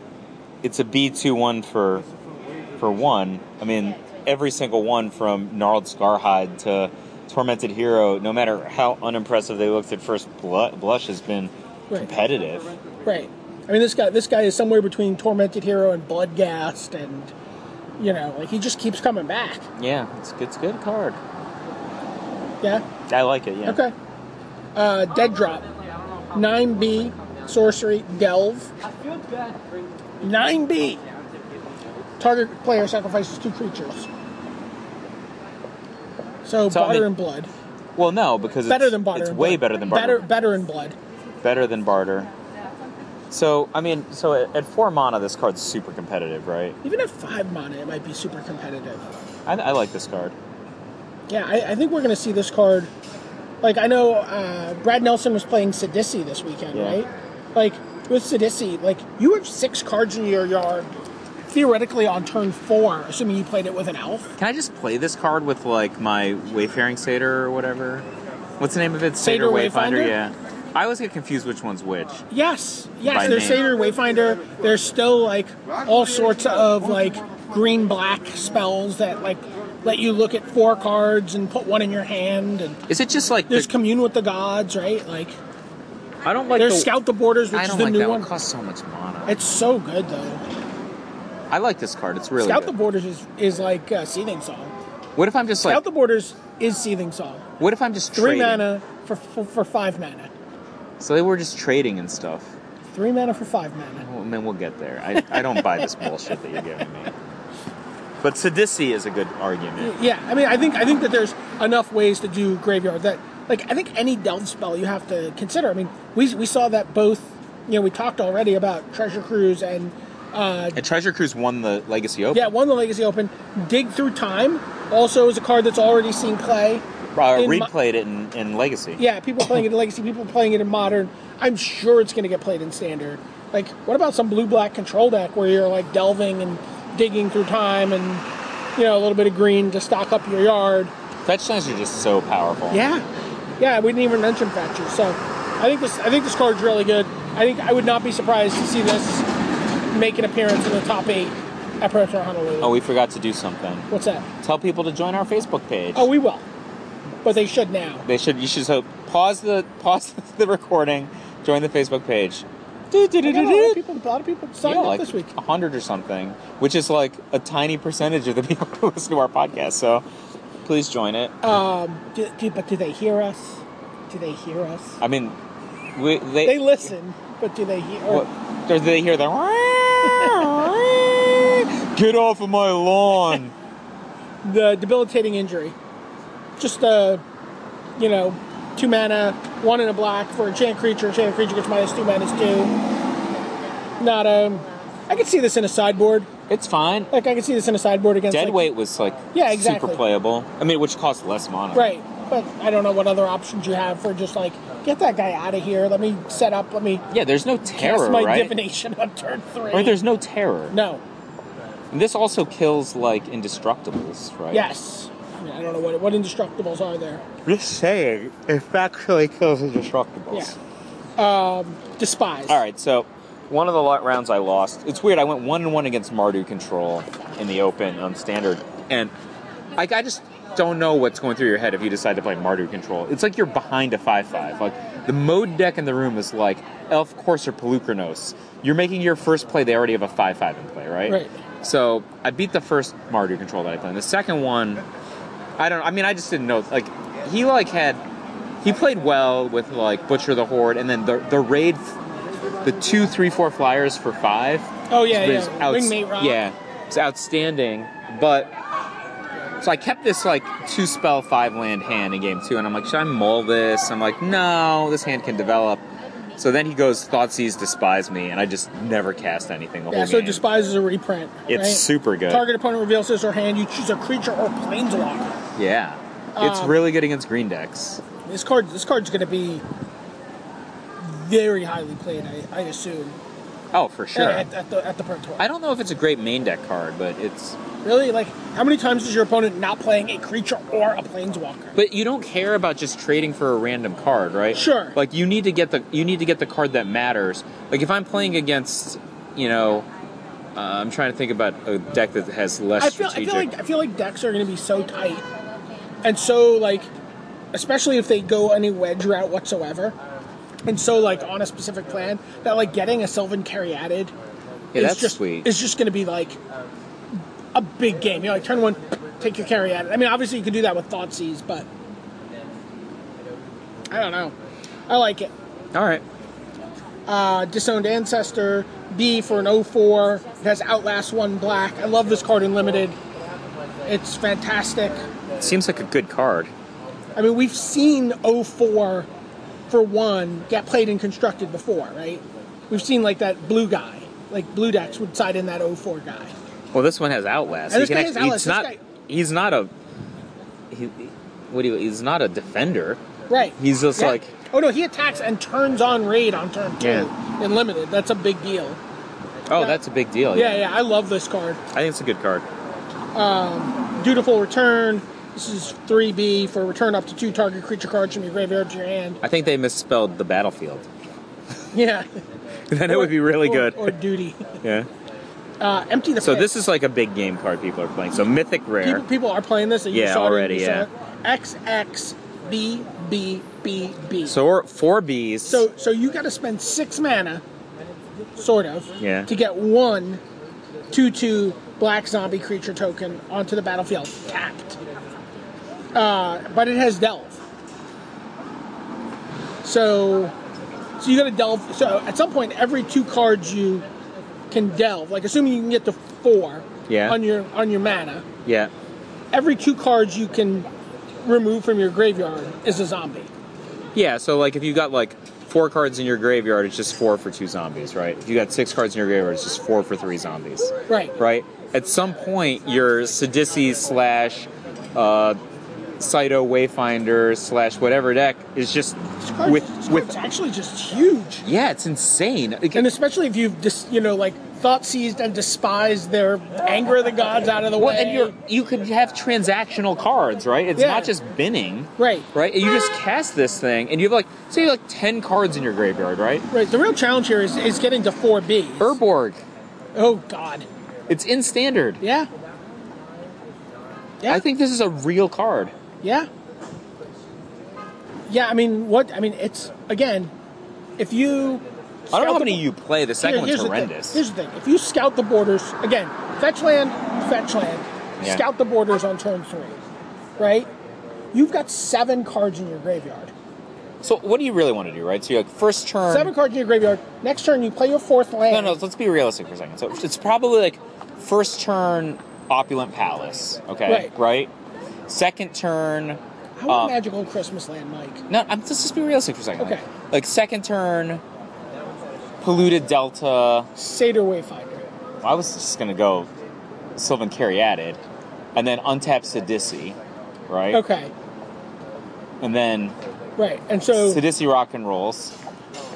Speaker 2: it's a B two one for for one. I mean, every single one from Gnarled Scarhide to Tormented Hero, no matter how unimpressive they looked at first blu- blush, has been
Speaker 3: Right.
Speaker 2: competitive.
Speaker 3: Right. I mean, this guy this guy is somewhere between tormented hero and bloodgast, and you know, like he just keeps coming back.
Speaker 2: Yeah, it's it's a good card.
Speaker 3: Yeah.
Speaker 2: I like it. Yeah.
Speaker 3: Okay. Uh, dead drop. Nine B sorcery delve. Nine B. Target player sacrifices two creatures. So,
Speaker 2: So, I
Speaker 3: butter
Speaker 2: mean,
Speaker 3: and blood.
Speaker 2: Well, no, because
Speaker 3: Better
Speaker 2: it's,
Speaker 3: than butter.
Speaker 2: It's
Speaker 3: and
Speaker 2: way
Speaker 3: blood.
Speaker 2: better than barter.
Speaker 3: Better, better in blood.
Speaker 2: better than barter. So I mean, so at, at four mana, this card's super competitive, right?
Speaker 3: Even at five mana, it might be super competitive.
Speaker 2: I, I like this card.
Speaker 3: Yeah, I, I think we're going to see this card. Like, I know uh, Brad Nelson was playing Sidisi this weekend,
Speaker 2: Yeah.
Speaker 3: right? Like, with Sidisi, like, you have six cards in your yard, theoretically on turn four, assuming you played it with an elf.
Speaker 2: Can I just play this card with like my Wayfaring Satyr or whatever? What's the name of it?
Speaker 3: Satyr Wayfinder?
Speaker 2: Yeah. I always get confused which one's which.
Speaker 3: Yes, yes,
Speaker 2: By
Speaker 3: there's
Speaker 2: name.
Speaker 3: Satyr Wayfinder. There's still, like, all sorts of, like, green black spells that, like, let you look at four cards and put one in your hand. And
Speaker 2: Is it just like
Speaker 3: there's
Speaker 2: the,
Speaker 3: Commune with the Gods, right? Like,
Speaker 2: I don't like
Speaker 3: there's
Speaker 2: the,
Speaker 3: Scout the Borders, which
Speaker 2: I
Speaker 3: is
Speaker 2: don't
Speaker 3: the
Speaker 2: like
Speaker 3: new
Speaker 2: that
Speaker 3: one.
Speaker 2: It costs so much mana.
Speaker 3: It's so good, though.
Speaker 2: I like this card. It's really
Speaker 3: Scout
Speaker 2: good.
Speaker 3: the Borders is, is like uh, Seething Song.
Speaker 2: what if I'm just like
Speaker 3: Scout the Borders is Seething Song.
Speaker 2: what if I'm just
Speaker 3: Three
Speaker 2: trading?
Speaker 3: mana for, for, for five mana.
Speaker 2: So they were just trading and stuff.
Speaker 3: Three mana for five mana.
Speaker 2: Well, man, we'll get there. I, I don't buy this bullshit that you're giving me. But Sidisi is a good argument.
Speaker 3: Yeah, I mean, I think I think that there's enough ways to do graveyard that, like, I think any delve spell you have to consider. I mean, we, we saw that both you know, we talked already about Treasure Cruise and uh,
Speaker 2: And Treasure Cruise won the Legacy Open.
Speaker 3: yeah, won the Legacy Open. Dig Through Time also is a card that's already seen play.
Speaker 2: Uh,
Speaker 3: in mo-
Speaker 2: replayed it in, in Legacy.
Speaker 3: Yeah, people playing it in Legacy, people playing it in Modern. I'm sure it's going to get played in Standard. Like, what about some blue black control deck where you're like delving and digging through time and you know a little bit of green to stock up your yard?
Speaker 2: Fetchlines are just so powerful.
Speaker 3: Yeah, yeah. We didn't even mention Fetcher, so I think this I think this card's really good. I think I would not be surprised to see this make an appearance in the top eight at Pro Tour Honolulu.
Speaker 2: Oh, we forgot to do something.
Speaker 3: What's that?
Speaker 2: Tell people to join our Facebook page.
Speaker 3: Oh, we will, but they should now.
Speaker 2: They should. You should so pause the pause the recording. Join the Facebook page. Do, do, do,
Speaker 3: We got
Speaker 2: do,
Speaker 3: A
Speaker 2: do.
Speaker 3: lot of people, a lot of people signed
Speaker 2: yeah,
Speaker 3: up
Speaker 2: like
Speaker 3: this week.
Speaker 2: hundred or something, which is like a tiny percentage of the people who listen to our podcast. So please join it.
Speaker 3: Uh, Do, do, but do they hear us? Do they hear us?
Speaker 2: I mean, we, they,
Speaker 3: They listen, but do they hear?
Speaker 2: What, or do they hear the? Get off of my lawn!
Speaker 3: The debilitating injury. Just uh, you know, two mana, one in a black for a chant creature. Chant creature gets minus two, minus two. Not um, I could see this in a sideboard.
Speaker 2: It's fine.
Speaker 3: Like I could see this in a sideboard against
Speaker 2: Dead
Speaker 3: like-
Speaker 2: weight was like
Speaker 3: Yeah, exactly.
Speaker 2: super playable. I mean, which costs less mana.
Speaker 3: Right, but I don't know what other options you have for just like get that guy out of here. Let me set up. Let me
Speaker 2: Yeah, there's no
Speaker 3: cast
Speaker 2: terror,
Speaker 3: my
Speaker 2: right?
Speaker 3: divination on turn three.
Speaker 2: Right, there's no terror.
Speaker 3: no.
Speaker 2: And this also kills like indestructibles, right?
Speaker 3: Yes. I, mean, I don't know what what indestructibles are there.
Speaker 2: Just saying, it actually kills indestructibles.
Speaker 3: Yeah. Despise.
Speaker 2: All right, so one of the lot rounds I lost. It's weird. I went one and one against Mardu Control in the open on standard, and I, I just don't know what's going through your head if you decide to play Mardu Control. It's like you're behind a five five. Like the mode deck in the room is like Elf Courser Pelucranos. You're making your first play. They already have a five five in play, right?
Speaker 3: Right.
Speaker 2: So I beat the first Mardu Control that I played. And the second one, I don't. I mean, I just didn't know. Like he like had. He played well with like Butcher the Horde, and then the the raid the two, three, four flyers for five.
Speaker 3: Oh yeah,
Speaker 2: was
Speaker 3: yeah.
Speaker 2: outs-
Speaker 3: Wingmate Rock.
Speaker 2: Yeah, it's outstanding. But so I kept this like two spell, five land hand in game two, and I'm like, should I mull this? I'm like, no, this hand can develop. So then he goes, Thoughtseize, despise me, and I just never cast anything the
Speaker 3: Yeah,
Speaker 2: whole
Speaker 3: so
Speaker 2: game.
Speaker 3: despise is a reprint.
Speaker 2: It's
Speaker 3: right?
Speaker 2: super good.
Speaker 3: Target opponent reveals his or her hand. You choose a creature or planeswalker.
Speaker 2: yeah, it's
Speaker 3: Um,
Speaker 2: really good against green decks.
Speaker 3: This card, this card's going to be very highly played. I, I assume.
Speaker 2: Oh, for sure.
Speaker 3: At, at the at the pro tour.
Speaker 2: I don't know if it's a great main deck card, but it's
Speaker 3: really like how many times is your opponent not playing a creature or a planeswalker?
Speaker 2: But you don't care about just trading for a random card, right?
Speaker 3: Sure.
Speaker 2: Like you need to get the you need to get the card that matters. Like if I'm playing against, you know, uh, I'm trying to think about a deck that has less
Speaker 3: I feel I
Speaker 2: strategic.
Speaker 3: feel like I feel like decks are going to be so tight and so like, especially if they go any wedge route whatsoever. And so, like on a specific plan, that like getting a Sylvan Carry added
Speaker 2: yeah,
Speaker 3: It's
Speaker 2: that's
Speaker 3: just,
Speaker 2: sweet.
Speaker 3: It's just going to be like a big game. You know, like turn one, take your carry out. I mean, obviously you can do that with Thoughtseize, but I don't know. I like it.
Speaker 2: All right.
Speaker 3: Uh, Disowned Ancestor, B for an 04. It has Outlast 1 black. I love this card in Limited. It's fantastic.
Speaker 2: Seems like a good card.
Speaker 3: I mean, we've seen 04 for 1 get played and constructed before, right? We've seen like that blue guy. Like blue decks would side in that 04 guy.
Speaker 2: Well, this one has Outlast.
Speaker 3: And this guy
Speaker 2: act-
Speaker 3: has Outlast.
Speaker 2: He's
Speaker 3: This
Speaker 2: not.
Speaker 3: guy-
Speaker 2: He's not a. He, what do you? He's not a defender.
Speaker 3: Right.
Speaker 2: He's just
Speaker 3: Yeah.
Speaker 2: like.
Speaker 3: Oh no, he attacks and turns on raid on turn two
Speaker 2: Yeah.
Speaker 3: in limited. That's a big deal.
Speaker 2: Oh, that's a big deal.
Speaker 3: Yeah, yeah, I love this card.
Speaker 2: I think it's a good card.
Speaker 3: Dutiful return. This is 3B for return up to two target creature cards from your graveyard to your hand.
Speaker 2: I think they misspelled the battlefield.
Speaker 3: Yeah.
Speaker 2: then it would be really
Speaker 3: Or-
Speaker 2: good.
Speaker 3: Or duty.
Speaker 2: yeah.
Speaker 3: Uh, empty the
Speaker 2: So
Speaker 3: pit.
Speaker 2: this is like a big game card people are playing. So mythic rare.
Speaker 3: people, people are playing this. and you
Speaker 2: Yeah,
Speaker 3: saw it,
Speaker 2: already,
Speaker 3: you saw
Speaker 2: yeah.
Speaker 3: it. X X B B B B.
Speaker 2: So we're four Bs.
Speaker 3: so so you got to spend six mana, sort of,
Speaker 2: Yeah.
Speaker 3: to get one, two two black zombie creature token onto the battlefield tapped. Uh, but it has delve. So, so you got to delve. So at some point, every two cards you can delve. Like assuming you can get to four
Speaker 2: Yeah.
Speaker 3: on your on your mana,
Speaker 2: yeah,
Speaker 3: every two cards you can remove from your graveyard is a zombie.
Speaker 2: yeah. So like if you got like four cards in your graveyard, it's just four for two zombies, right? If you got six cards in your graveyard, it's just four for three zombies,
Speaker 3: Right.
Speaker 2: right? At some point, your Sidisi slash uh, Cyto Wayfinder slash whatever deck is just
Speaker 3: This card-
Speaker 2: with
Speaker 3: this
Speaker 2: with
Speaker 3: card's actually just huge.
Speaker 2: yeah, it's insane. It can-
Speaker 3: And especially if you've just you know like thought seized and despised their anger of the gods out of the
Speaker 2: Well,
Speaker 3: way.
Speaker 2: and you're you could have transactional cards, right? It's
Speaker 3: Yeah.
Speaker 2: not just binning,
Speaker 3: Right.
Speaker 2: Right? You just cast this thing, and you have like say you have like ten cards in your graveyard, right?
Speaker 3: right. The real challenge here is, is getting to four B.
Speaker 2: Urborg,
Speaker 3: Oh God.
Speaker 2: it's in standard.
Speaker 3: Yeah. Yeah.
Speaker 2: I think this is a real card.
Speaker 3: Yeah. Yeah. I mean, what? I mean, it's again, if
Speaker 2: I don't
Speaker 3: you.
Speaker 2: know
Speaker 3: scout
Speaker 2: how
Speaker 3: the
Speaker 2: many
Speaker 3: bo-
Speaker 2: you play. The
Speaker 3: Here-
Speaker 2: second one's
Speaker 3: here's the thing.
Speaker 2: horrendous.
Speaker 3: here's the thing: if you scout the borders again, fetch land, fetch land,
Speaker 2: Yeah.
Speaker 3: scout the borders on turn three, right? You've got seven cards in your graveyard.
Speaker 2: so what do you really want to do, right? So you're like first turn.
Speaker 3: Seven cards in your graveyard. Next turn, you play your fourth land.
Speaker 2: No, no. Let's be realistic for a second. So it's probably like first turn opulent palace. Okay.
Speaker 3: Right.
Speaker 2: Second turn.
Speaker 3: How about
Speaker 2: um,
Speaker 3: magical Christmas land, Mike?
Speaker 2: No, I'm just, just be realistic for a second.
Speaker 3: Okay.
Speaker 2: Like, like, second turn, polluted delta.
Speaker 3: Seder Wayfinder.
Speaker 2: I was just gonna go Sylvan Caryatid, and then untap Sidisi, right?
Speaker 3: Okay,
Speaker 2: And then
Speaker 3: right. And so,
Speaker 2: Sidisi rock and rolls,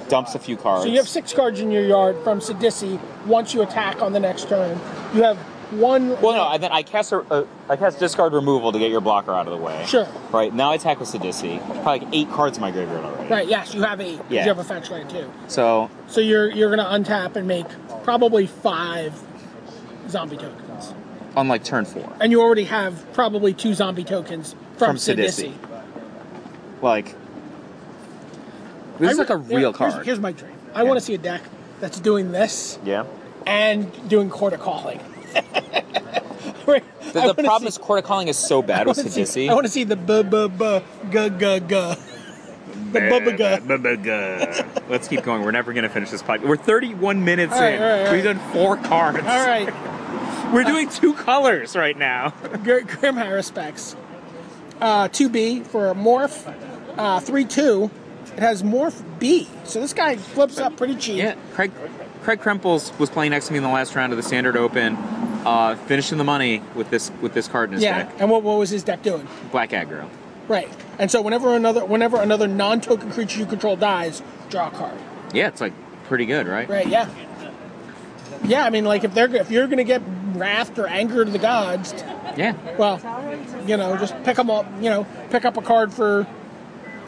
Speaker 2: dumps a few cards.
Speaker 3: so you have six cards in your yard from Sidisi. Once you attack on the next turn, you have one.
Speaker 2: well, no, and then I cast a, a, I cast discard removal to get your blocker out of the way.
Speaker 3: Sure.
Speaker 2: Right now, I attack with Sidisi. Probably like eight cards in my graveyard already.
Speaker 3: Right. Yes, you have eight. 'cause
Speaker 2: Yeah.
Speaker 3: You have a fetch land too.
Speaker 2: So
Speaker 3: So you're you're gonna untap and make probably five zombie tokens,
Speaker 2: on like turn four,
Speaker 3: and you already have probably two zombie tokens
Speaker 2: From
Speaker 3: from,
Speaker 2: Sidisi.
Speaker 3: Sidisi.
Speaker 2: like this is
Speaker 3: I-
Speaker 2: like a
Speaker 3: yeah,
Speaker 2: real
Speaker 3: here's-
Speaker 2: card.
Speaker 3: Here's, my dream. I
Speaker 2: Yeah.
Speaker 3: want to see a deck that's doing this
Speaker 2: yeah.
Speaker 3: and doing court of calling. Right, I
Speaker 2: The, the
Speaker 3: wanna
Speaker 2: problem is
Speaker 3: see-
Speaker 2: quarter calling is so
Speaker 3: I
Speaker 2: bad with
Speaker 3: wanna see-
Speaker 2: Sidisi.
Speaker 3: I want to see the bu bu bu gu gu gu. The bubba gu.
Speaker 2: Bubaga. Let's keep going. We're never going to finish this podcast. We're 31 minutes
Speaker 3: All right,
Speaker 2: in.
Speaker 3: all right, all
Speaker 2: We've
Speaker 3: right.
Speaker 2: done four cards.
Speaker 3: All right,
Speaker 2: We're doing two colors right now.
Speaker 3: Gr- Grim Harris specs. Uh, 2B for a morph. Uh, 3 2. It has morph B. So this guy flips up pretty cheap.
Speaker 2: Yeah, Craig Craig Kremples was playing next to me in the last round of the Standard Open, uh, finishing the money with this with this card in his
Speaker 3: Yeah,
Speaker 2: deck.
Speaker 3: and what, what was his deck doing?
Speaker 2: Black aggro.
Speaker 3: Right. And so whenever another whenever another non-token creature you control dies, draw a card.
Speaker 2: Yeah, it's like pretty good, right?
Speaker 3: Right. Yeah. Yeah. I mean, like if they're if you're gonna get wrath or anger to the gods,
Speaker 2: Yeah.
Speaker 3: well, you know, just pick them up. You know, pick up a card for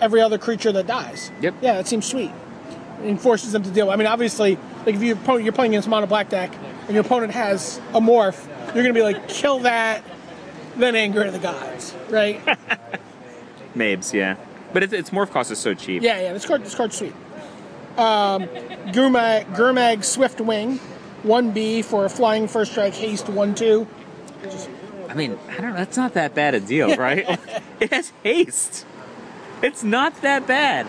Speaker 3: every other creature that dies.
Speaker 2: Yep.
Speaker 3: Yeah, that seems sweet. It forces them to deal. I mean, obviously, like if your opponent, you're playing against mono black deck and your opponent has a morph, you're gonna be like, kill that, then anger to the gods, right?
Speaker 2: Mabes, yeah. But it's, its morph cost is so cheap.
Speaker 3: Yeah, yeah, this card, this card's sweet. Um, Gurmag, Gurmag Swift Wing, 1B for a flying first strike, haste 1 2.
Speaker 2: I mean, I don't know. That's not that bad a deal, right? it has haste. It's not that bad.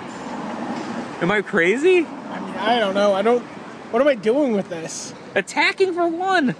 Speaker 2: Am I crazy?
Speaker 3: I mean, I don't know. I don't. What am I doing with this?
Speaker 2: Attacking for one.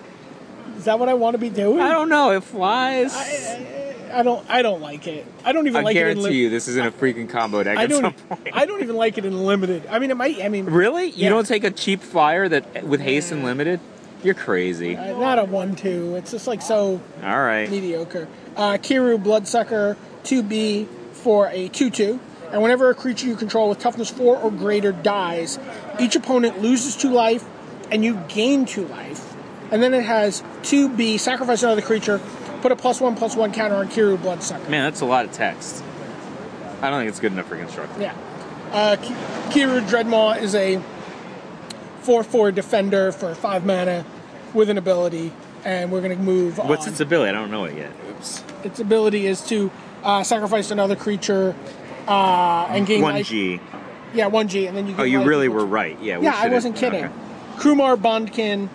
Speaker 3: Is that what I want to be doing?
Speaker 2: I don't know. It flies. I,
Speaker 3: I don't. I don't like it. I don't even like
Speaker 2: guarantee
Speaker 3: it. in lim-
Speaker 2: you, this isn't a freaking combo deck
Speaker 3: I
Speaker 2: at some
Speaker 3: don't. e-
Speaker 2: point.
Speaker 3: I don't even like it in limited. I mean, it might. I mean,
Speaker 2: really? You
Speaker 3: Yeah.
Speaker 2: don't take a cheap flyer that with haste and limited? You're crazy.
Speaker 3: uh, not a one-two. It's just like so
Speaker 2: All right.
Speaker 3: mediocre. Uh, Kiru Bloodsucker, two B for a two-two, and whenever a creature you control with toughness four or greater dies, each opponent loses two life, and you gain two life. And then it has two B. Sacrifice another creature. Put a plus one plus one counter on Kiru Bloodsucker.
Speaker 2: Man, that's a lot of text. I don't think it's good enough for construct.
Speaker 3: Yeah. Uh, Ki- Kiru Dreadmaw is a 4 4 defender for 5 mana with an ability, and we're going to move
Speaker 2: What's
Speaker 3: on.
Speaker 2: its ability? I don't know it yet.
Speaker 3: Its ability is to uh, sacrifice another creature uh, and gain
Speaker 2: One
Speaker 3: life-
Speaker 2: G.
Speaker 3: Yeah, 1G, and then you
Speaker 2: Oh,
Speaker 3: gain
Speaker 2: you
Speaker 3: life
Speaker 2: really
Speaker 3: equal
Speaker 2: were
Speaker 3: to-
Speaker 2: right. Yeah. we
Speaker 3: Yeah, I
Speaker 2: should've-
Speaker 3: wasn't kidding.
Speaker 2: okay.
Speaker 3: Kumar Bondkin,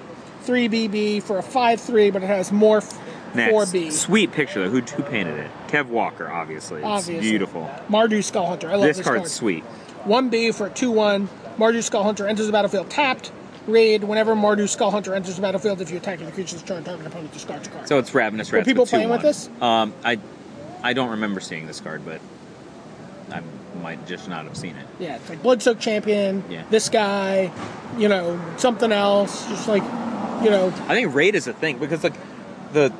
Speaker 3: 3BB for a 5 3, but it has Morph
Speaker 2: Next.
Speaker 3: 4B.
Speaker 2: Sweet picture though. Who who painted it? Kev Walker, obviously. It's
Speaker 3: Obviously.
Speaker 2: beautiful.
Speaker 3: Mardu Skullhunter. I love this,
Speaker 2: This card's
Speaker 3: card.
Speaker 2: sweet.
Speaker 3: 1B for a 2 1. Mardu Skullhunter enters the battlefield tapped. Raid. Whenever Mardu Skullhunter enters the battlefield, if you attack the creature this turn, target opponent discards a card.
Speaker 2: So it's Ravenous Wrath.
Speaker 3: people
Speaker 2: with two Um,
Speaker 3: playing with
Speaker 2: one.
Speaker 3: this?
Speaker 2: Um, I, I don't remember seeing this card, but I might just not have seen it.
Speaker 3: Yeah, it's like Bloodsoaked Champion,
Speaker 2: Yeah.
Speaker 3: this guy, you know, something else, just like, you know,
Speaker 2: I think raid is a thing because like the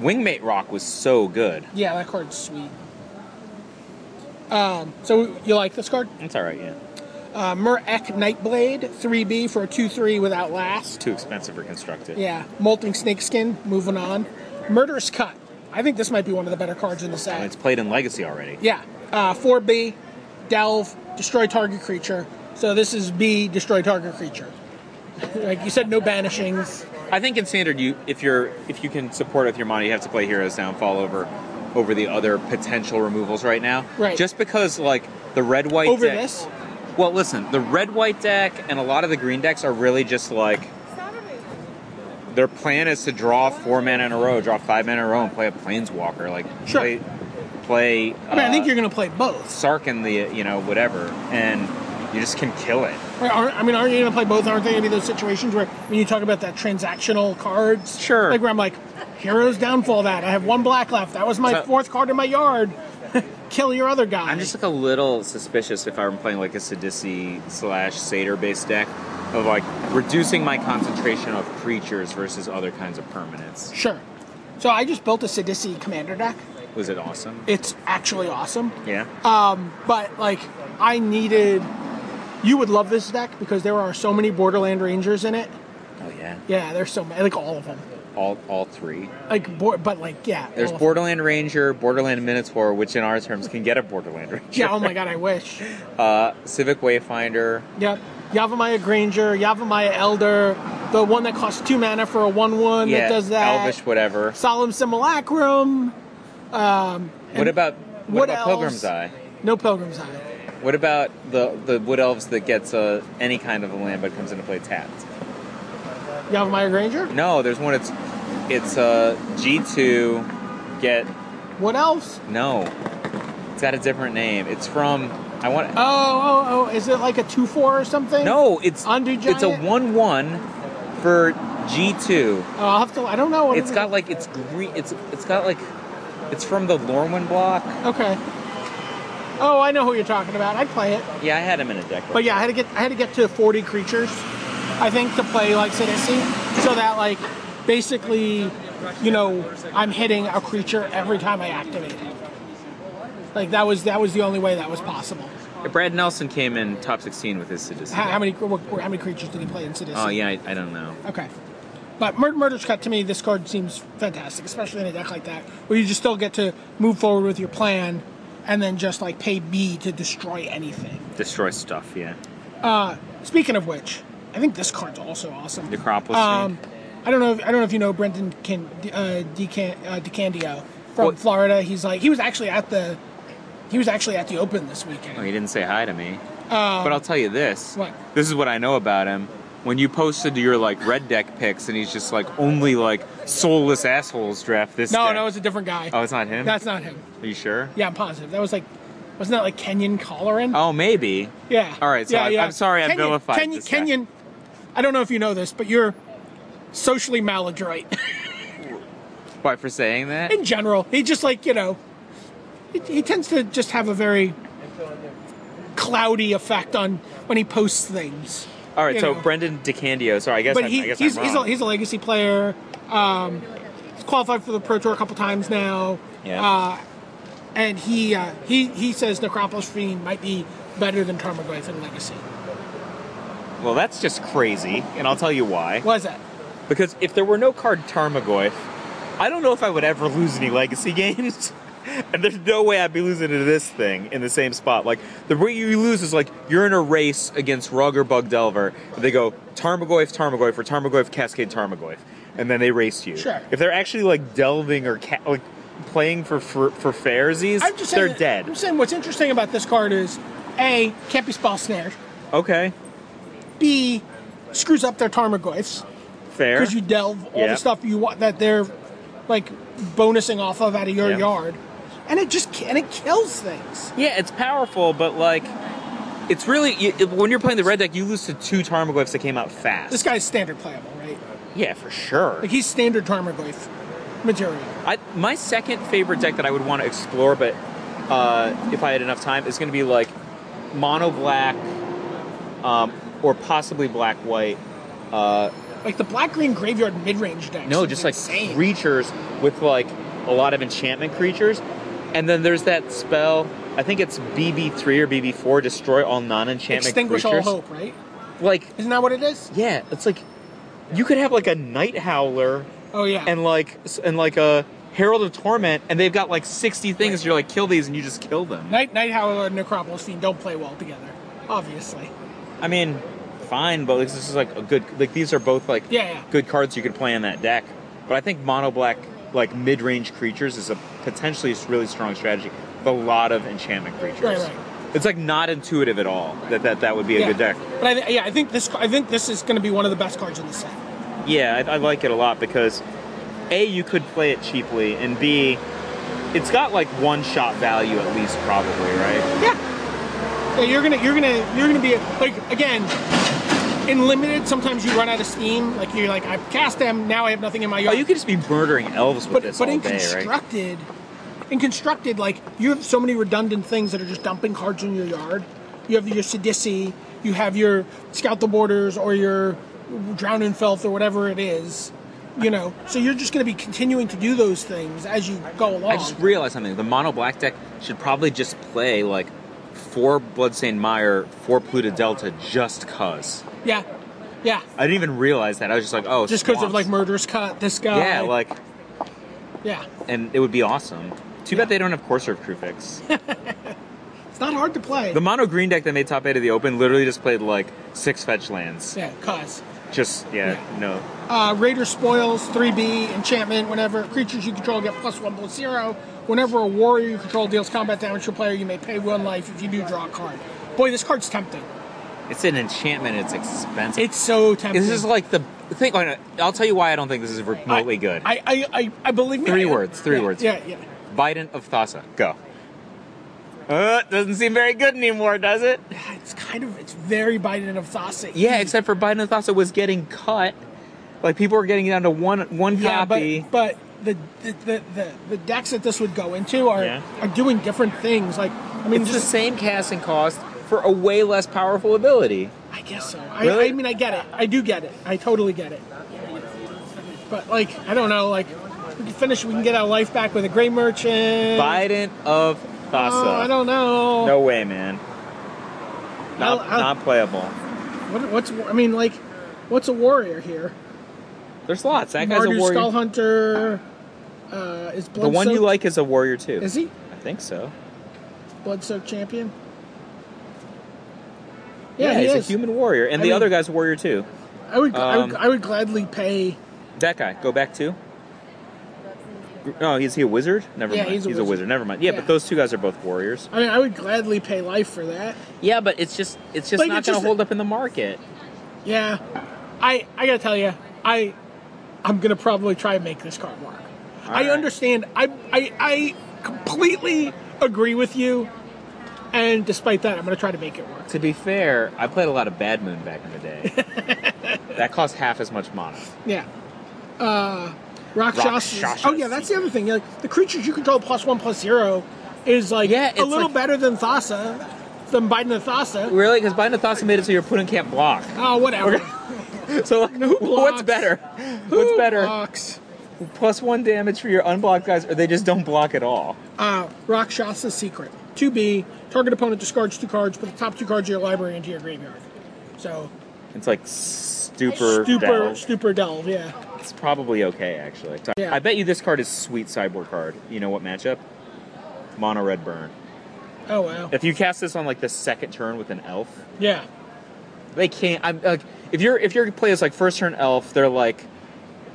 Speaker 2: wingmate rock was so good.
Speaker 3: yeah, that card's sweet. Um, so you like this card?
Speaker 2: It's all right, yeah.
Speaker 3: Uh, Murek Nightblade, 3B for a 2-3 with Outlast.
Speaker 2: Too expensive for constructed.
Speaker 3: Yeah, Molting Snakeskin, moving on. Murderous Cut. I think this might be one of the better cards in the
Speaker 2: I mean,
Speaker 3: set.
Speaker 2: it's played in Legacy already.
Speaker 3: Yeah, uh, 4B, Delve, Destroy Target Creature. So this is B, Destroy Target Creature. like you said, no banishings.
Speaker 2: I think in standard, you if you're if you can support it with your mono, you have to play Heroes Downfall over over the other potential removals right now.
Speaker 3: Right.
Speaker 2: Just because like the red white
Speaker 3: Over
Speaker 2: deck-
Speaker 3: this?
Speaker 2: Well, listen, the red white deck and a lot of the green decks are really just like their plan is to draw four men in a row, draw five men in a row, and play a planeswalker. Like
Speaker 3: Sure.
Speaker 2: play play.
Speaker 3: I mean, I think
Speaker 2: uh,
Speaker 3: you're going to play both.
Speaker 2: Sark and the you know whatever, and you just can kill it.
Speaker 3: Right, aren't- I mean, aren't you going to play both? Aren't there going to be those situations where when you talk about that transactional cards?
Speaker 2: Sure.
Speaker 3: Like where I'm like, Heroes Downfall that. I have one black left. That was my
Speaker 2: So-
Speaker 3: fourth card in my yard. Kill your other guy.
Speaker 2: I'm just like a little suspicious if I'm playing like a Sadissi slash Satyr based deck of like reducing my concentration of creatures versus other kinds of permanents.
Speaker 3: Sure. So I just built a Sidisi commander deck.
Speaker 2: Was it awesome? Uh,
Speaker 3: It's actually awesome.
Speaker 2: Yeah.
Speaker 3: But like I needed you would love this deck because there are so many Borderland Rangers in it.
Speaker 2: oh yeah.
Speaker 3: Yeah, there's so many like all of them.
Speaker 2: All all three.
Speaker 3: Like bo- but like yeah.
Speaker 2: There's
Speaker 3: all of them.
Speaker 2: Borderland Ranger, Borderland Minotaur, which in our terms can get a Borderland Ranger.
Speaker 3: Yeah, oh my god, I wish.
Speaker 2: Uh, Civic Wayfinder.
Speaker 3: Yep. Yavamaya Granger, Yavamaya Elder, the one that costs two mana for a one-one
Speaker 2: yeah.
Speaker 3: that does that.
Speaker 2: Elvish whatever.
Speaker 3: Solemn Simulacrum.
Speaker 2: What about what,
Speaker 3: what
Speaker 2: about
Speaker 3: else?
Speaker 2: Pilgrim's Eye?
Speaker 3: No Pilgrim's Eye.
Speaker 2: What about the the Wood Elves that gets uh, any kind of a land but comes into play tapped?
Speaker 3: Yavamaya Granger.
Speaker 2: No, there's one. It's it's uh, G2. Get
Speaker 3: What else?
Speaker 2: no. It's got a different name. It's from I want.
Speaker 3: Oh, oh, oh! Is it like a two-four or something?
Speaker 2: no, it's
Speaker 3: Undo
Speaker 2: It's a
Speaker 3: Giant?
Speaker 2: one one for G2.
Speaker 3: Oh, I'll have to. I don't know. What
Speaker 2: It's
Speaker 3: it
Speaker 2: got like it's green. It's it's got like it's from the Lorwyn block.
Speaker 3: Okay. Oh, I know who you're talking about. I'd play it,
Speaker 2: Yeah, I had him in a deck.
Speaker 3: but yeah, I had to get I had to get to 40 creatures, I think, to play like Sidisi, so that like basically, you know, I'm hitting a creature every time I activate it. Like that was that was the only way that was possible.
Speaker 2: Brad Nelson came in top 16 with his Sadistic.
Speaker 3: How, how many what- how many creatures did he play in Sidisi?
Speaker 2: Oh yeah, I, I don't know.
Speaker 3: Okay. But Murder Murder's Cut to me, this card seems fantastic, especially in a deck like that, where you just still get to move forward with your plan, and then just like pay B to destroy anything.
Speaker 2: Destroy stuff. Yeah.
Speaker 3: Speaking of which, I think this card's also awesome.
Speaker 2: Necropolis.
Speaker 3: Um, I don't know. If, I don't know if you know Brendan Can, uh, DeCan, uh, DeCandio from
Speaker 2: What?
Speaker 3: Florida. He's like he was actually at the he was actually at the Open this weekend.
Speaker 2: Oh, he didn't say hi to me. but I'll tell you this.
Speaker 3: Oh. What?
Speaker 2: This is what I know about him. When you posted your like red deck picks, and he's just like only like soulless assholes draft this.
Speaker 3: no,
Speaker 2: deck.
Speaker 3: no, it's a different guy.
Speaker 2: oh, it's not him.
Speaker 3: That's not him.
Speaker 2: Are you sure?
Speaker 3: Yeah, I'm positive. That was like wasn't that like Kenyon Collarin?
Speaker 2: Oh, maybe.
Speaker 3: yeah.
Speaker 2: all right, so
Speaker 3: yeah,
Speaker 2: I-
Speaker 3: yeah.
Speaker 2: I'm sorry I
Speaker 3: Kenyon,
Speaker 2: vilified
Speaker 3: Kenyon,
Speaker 2: this guy.
Speaker 3: Kenyon. I don't know if you know this, but you're socially maladroit
Speaker 2: Why for saying that?
Speaker 3: in general. He just like you know, he, he tends to just have a very cloudy effect on when he posts things.
Speaker 2: All right,
Speaker 3: you
Speaker 2: so
Speaker 3: know.
Speaker 2: Brendan DeCandio. So I guess.
Speaker 3: but
Speaker 2: I'm,
Speaker 3: he,
Speaker 2: I guess
Speaker 3: he's,
Speaker 2: I'm
Speaker 3: he's, a,
Speaker 2: wrong.
Speaker 3: he's a legacy player. Um, he's qualified for the Pro Tour a couple times now,
Speaker 2: yeah.
Speaker 3: uh, and he uh, he he says Necropolis Fiend might be better than Tarmogoyf in Legacy.
Speaker 2: well, that's just crazy, and I'll tell you why.
Speaker 3: Why is that?
Speaker 2: Because if there were no card Tarmogoyf, I don't know if I would ever lose any legacy games. and there's no way I'd be losing to this thing in the same spot. Like the way you lose is like you're in a race against Rug or Bug Delver. And they go Tarmogoyf, Tarmogoyf, or Tarmogoyf, Cascade, Tarmogoyf, and then they race you.
Speaker 3: Sure.
Speaker 2: If they're actually like delving or ca- like playing for for, for fairsies,
Speaker 3: I'm just saying
Speaker 2: they're
Speaker 3: that-
Speaker 2: dead.
Speaker 3: I'm saying what's interesting about this card is a can't be spell snared.
Speaker 2: Okay,
Speaker 3: B screws up their Tarmogoyfs
Speaker 2: fair.
Speaker 3: because you delve all
Speaker 2: Yeah.
Speaker 3: the stuff you want that they're like bonusing off of out of your
Speaker 2: Yeah.
Speaker 3: yard, and it just ki- and it kills things.
Speaker 2: Yeah, it's powerful, but like, it's really you, when you're playing the red deck, you lose to two Tarmogoyfs that came out fast.
Speaker 3: This guy's standard playable, right?
Speaker 2: Yeah, for sure.
Speaker 3: Like he's standard Tarmogoyf material.
Speaker 2: I, my second favorite deck that I would want to explore, but uh, if I had enough time, is going to be like mono black, um, or possibly black white. Uh,
Speaker 3: Like the black green graveyard mid range deck.
Speaker 2: no, just like
Speaker 3: insane.
Speaker 2: creatures with like a lot of enchantment creatures, and then there's that spell. I think it's BB three or BB four. Destroy all non-enchantment
Speaker 3: extinguish
Speaker 2: creatures.
Speaker 3: all hope, right?
Speaker 2: Like
Speaker 3: Isn't that what it is?
Speaker 2: yeah, it's like you could have like a night howler
Speaker 3: Oh yeah.
Speaker 2: and like and like a herald of torment, and they've got like sixty things. You're like kill these, and you just kill them.
Speaker 3: Night Night Howler and Necropolis Fiend don't play well together, obviously.
Speaker 2: I mean, fine, but this is like a good. Like these are both like
Speaker 3: Yeah, yeah.
Speaker 2: good cards you could play in that deck. But I think mono black like mid range creatures is a potentially s- really strong strategy with a lot of enchantment creatures.
Speaker 3: Right, right.
Speaker 2: It's like not intuitive at all that that, that would be a
Speaker 3: yeah.
Speaker 2: good deck.
Speaker 3: But I, th- yeah, I think this I think this is going to be one of the best cards in the set.
Speaker 2: Yeah, I, I like it a lot because a you could play it cheaply, and b it's got like one shot value at least probably right.
Speaker 3: Yeah. Yeah, you're gonna you're gonna you're gonna be like again in limited. Sometimes you run out of steam. Like you're like I've cast them. Now I have nothing in my
Speaker 2: Oh,
Speaker 3: yard.
Speaker 2: you could just be murdering elves with
Speaker 3: but
Speaker 2: this
Speaker 3: but
Speaker 2: all
Speaker 3: in
Speaker 2: day, right?
Speaker 3: constructed, in constructed, like you have so many redundant things that are just dumping cards in your yard. You have your Sidisi, you have your Scout the Borders or your Drown in Filth or whatever it is. You know, so you're just going to be continuing to do those things as you go along.
Speaker 2: I just realized something. The mono black deck should probably just play like four Bloodstained Mire, four Pluta Delta, just cause.
Speaker 3: yeah, yeah,
Speaker 2: I didn't even realize that. I was just like, oh,
Speaker 3: just because of
Speaker 2: swamps.
Speaker 3: like Murderous Cut, this guy.
Speaker 2: yeah, like,
Speaker 3: yeah.
Speaker 2: and it would be awesome. Too bad they don't have Courser of Crew Fix.
Speaker 3: It's not hard to play.
Speaker 2: the mono green deck that made top eight of the Open literally just played like six fetch lands.
Speaker 3: yeah, cause.
Speaker 2: Just yeah, no.
Speaker 3: uh, Raider spoils, 3B, enchantment, whenever creatures you control get plus one plus zero. Whenever a warrior you control deals combat damage to a player, you may pay one life if you do draw a card. Boy, this card's tempting.
Speaker 2: It's an enchantment. It's expensive.
Speaker 3: It's so tempting.
Speaker 2: this is like the thing. oh, I'll tell you why I don't think this is remotely
Speaker 3: I,
Speaker 2: good.
Speaker 3: I, I, I, I believe me.
Speaker 2: Three
Speaker 3: I-
Speaker 2: words, three
Speaker 3: yeah,
Speaker 2: words.
Speaker 3: Yeah, yeah.
Speaker 2: Biden of Thassa. Go. Uh, doesn't seem very good anymore, does it?
Speaker 3: It's kind of, it's very Biden of Thassa.
Speaker 2: Yeah, except for Biden of Thassa was getting cut. Like people were getting down to one one
Speaker 3: Yeah,
Speaker 2: copy.
Speaker 3: Uh, but, but the, the, the, the, the decks that this would go into are,
Speaker 2: Yeah.
Speaker 3: are doing different things. Like, I mean,
Speaker 2: it's the
Speaker 3: just,
Speaker 2: same casting cost for a way less powerful ability.
Speaker 3: I guess so. I,
Speaker 2: Really?
Speaker 3: I mean, I get it. I do get it. I totally get it. But like, I don't know. Like, we can finish. We can get our life back with a gray merchant.
Speaker 2: Biden of Thassa.
Speaker 3: Oh, I don't know.
Speaker 2: no way, man. Not,
Speaker 3: I'll- I'll-
Speaker 2: not playable.
Speaker 3: What, what's? I mean, like, what's a warrior here?
Speaker 2: There's lots. That guy's
Speaker 3: Mardu
Speaker 2: a warrior.
Speaker 3: Skull Hunter. Uh, is blood
Speaker 2: the one you
Speaker 3: Soaked-
Speaker 2: like is a warrior too.
Speaker 3: Is he
Speaker 2: I think so.
Speaker 3: blood soaked champion? Yeah, he
Speaker 2: he's
Speaker 3: is.
Speaker 2: a human warrior, and
Speaker 3: I
Speaker 2: the
Speaker 3: mean-
Speaker 2: other guy's a warrior too.
Speaker 3: I would, I would,
Speaker 2: Um,
Speaker 3: I would gladly pay.
Speaker 2: That guy, go back to. Oh, is he a wizard? Never
Speaker 3: Yeah,
Speaker 2: mind.
Speaker 3: he's a wizard.
Speaker 2: Never mind. Yeah,
Speaker 3: Yeah.
Speaker 2: but those two guys are both warriors.
Speaker 3: I mean, I would gladly pay life for that.
Speaker 2: Yeah, but it's just it's just
Speaker 3: Like,
Speaker 2: not
Speaker 3: it's
Speaker 2: going
Speaker 3: just-
Speaker 2: to hold up in the market.
Speaker 3: Yeah, I I gotta tell you, I I'm gonna probably try and make this card work. I
Speaker 2: right.
Speaker 3: understand. I, I I completely agree with you, and despite that, I'm gonna try to make it work.
Speaker 2: To be fair, I played a lot of Bad Moon back in the day. that cost half as much mana.
Speaker 3: Yeah. Uh, Rakshasas.
Speaker 2: Rakshasas.
Speaker 3: Oh yeah, that's the other thing. Like the creatures you control plus one plus zero is like
Speaker 2: Yeah,
Speaker 3: a
Speaker 2: it's
Speaker 3: little
Speaker 2: like-
Speaker 3: better than Thassa, than Biden and Thassa.
Speaker 2: Really? Because Bind of Thassa made it so you're put in camp block.
Speaker 3: Oh whatever.
Speaker 2: So like,
Speaker 3: blocks?
Speaker 2: what's better?
Speaker 3: Who
Speaker 2: What's better?
Speaker 3: blocks?
Speaker 2: Plus one damage for your unblocked guys, or they just don't block at all.
Speaker 3: Uh, Rakshasa Secret. 2B, target opponent discards two cards, put the top two cards of your library into your graveyard. So,
Speaker 2: It's like super.
Speaker 3: super,
Speaker 2: Super.
Speaker 3: super delve, yeah.
Speaker 2: It's probably okay actually.
Speaker 3: Yeah.
Speaker 2: I bet you this card is sweet sideboard card. You know what matchup? Mono red burn.
Speaker 3: Oh, wow.
Speaker 2: If you cast this on like the second turn with an elf,
Speaker 3: Yeah.
Speaker 2: They can't. I'm like, if you're if your play is like first turn elf, they're like,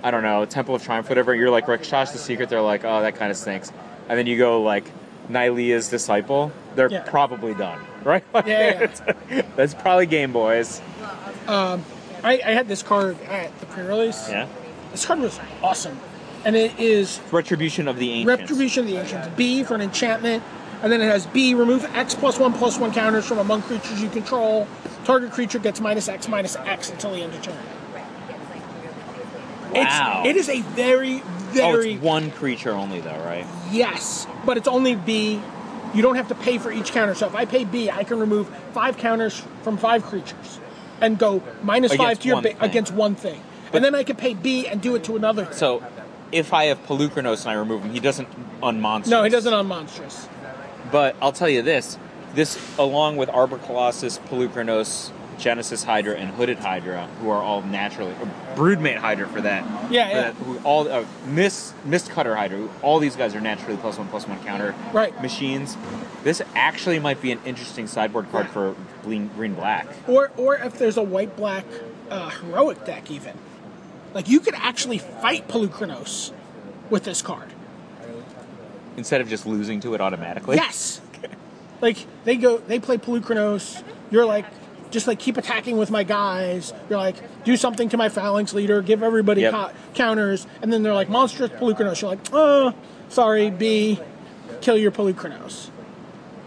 Speaker 2: I don't know, Temple of Triumph, whatever. You're like Rakshas the Secret. They're like, oh, that kind of stinks. And then you go like Nylea's Disciple. They're
Speaker 3: Yeah.
Speaker 2: probably done, right? Like,
Speaker 3: Yeah,
Speaker 2: it's- that's probably Game Boys.
Speaker 3: I, I had this card at the pre release.
Speaker 2: Yeah.
Speaker 3: This card was awesome. And it is
Speaker 2: Retribution of the Ancients.
Speaker 3: Retribution of the Ancients. B for an enchantment. And then it has B, remove X plus one plus one counters from among creatures you control. Target creature gets minus X minus X until the end of turn.
Speaker 2: Wow.
Speaker 3: It's, it is a very,
Speaker 2: Oh,
Speaker 3: very
Speaker 2: it's one creature only though, right?
Speaker 3: Yes, but it's only B you don't have to pay for each counter. So if I pay B, I can remove five counters from five creatures and go minus five
Speaker 2: Against
Speaker 3: to your
Speaker 2: one
Speaker 3: ba-
Speaker 2: thing.
Speaker 3: against one thing. and then I can pay B and do it to another.
Speaker 2: So, if I have Pelucranos and I remove him, he doesn't unmonster.
Speaker 3: no, he doesn't on monstrous.
Speaker 2: But I'll tell you this: this, along with Arbor Colossus, Pelucranos, Genesis Hydra, and Hooded Hydra, who are all naturally or Broodmate Hydra for that.
Speaker 3: Yeah,
Speaker 2: for
Speaker 3: yeah.
Speaker 2: That, who all uh, Mist Mist Cutter Hydra. who- All these guys are naturally plus one plus one counter
Speaker 3: Right.
Speaker 2: machines. This actually might be an interesting sideboard card for Green, green Black.
Speaker 3: Or or if there's a white black uh, heroic deck even. Like you could actually fight Pelucranos with this card.
Speaker 2: instead of just losing to it automatically.
Speaker 3: Yes. Like they go, they play Pelucranos. You're like, just like keep attacking with my guys. You're like, do something to my phalanx leader. Give everybody
Speaker 2: Yep.
Speaker 3: co- counters, and then they're like monstrous Pelucranos. You're like, oh, sorry, B, kill your Pelucranos.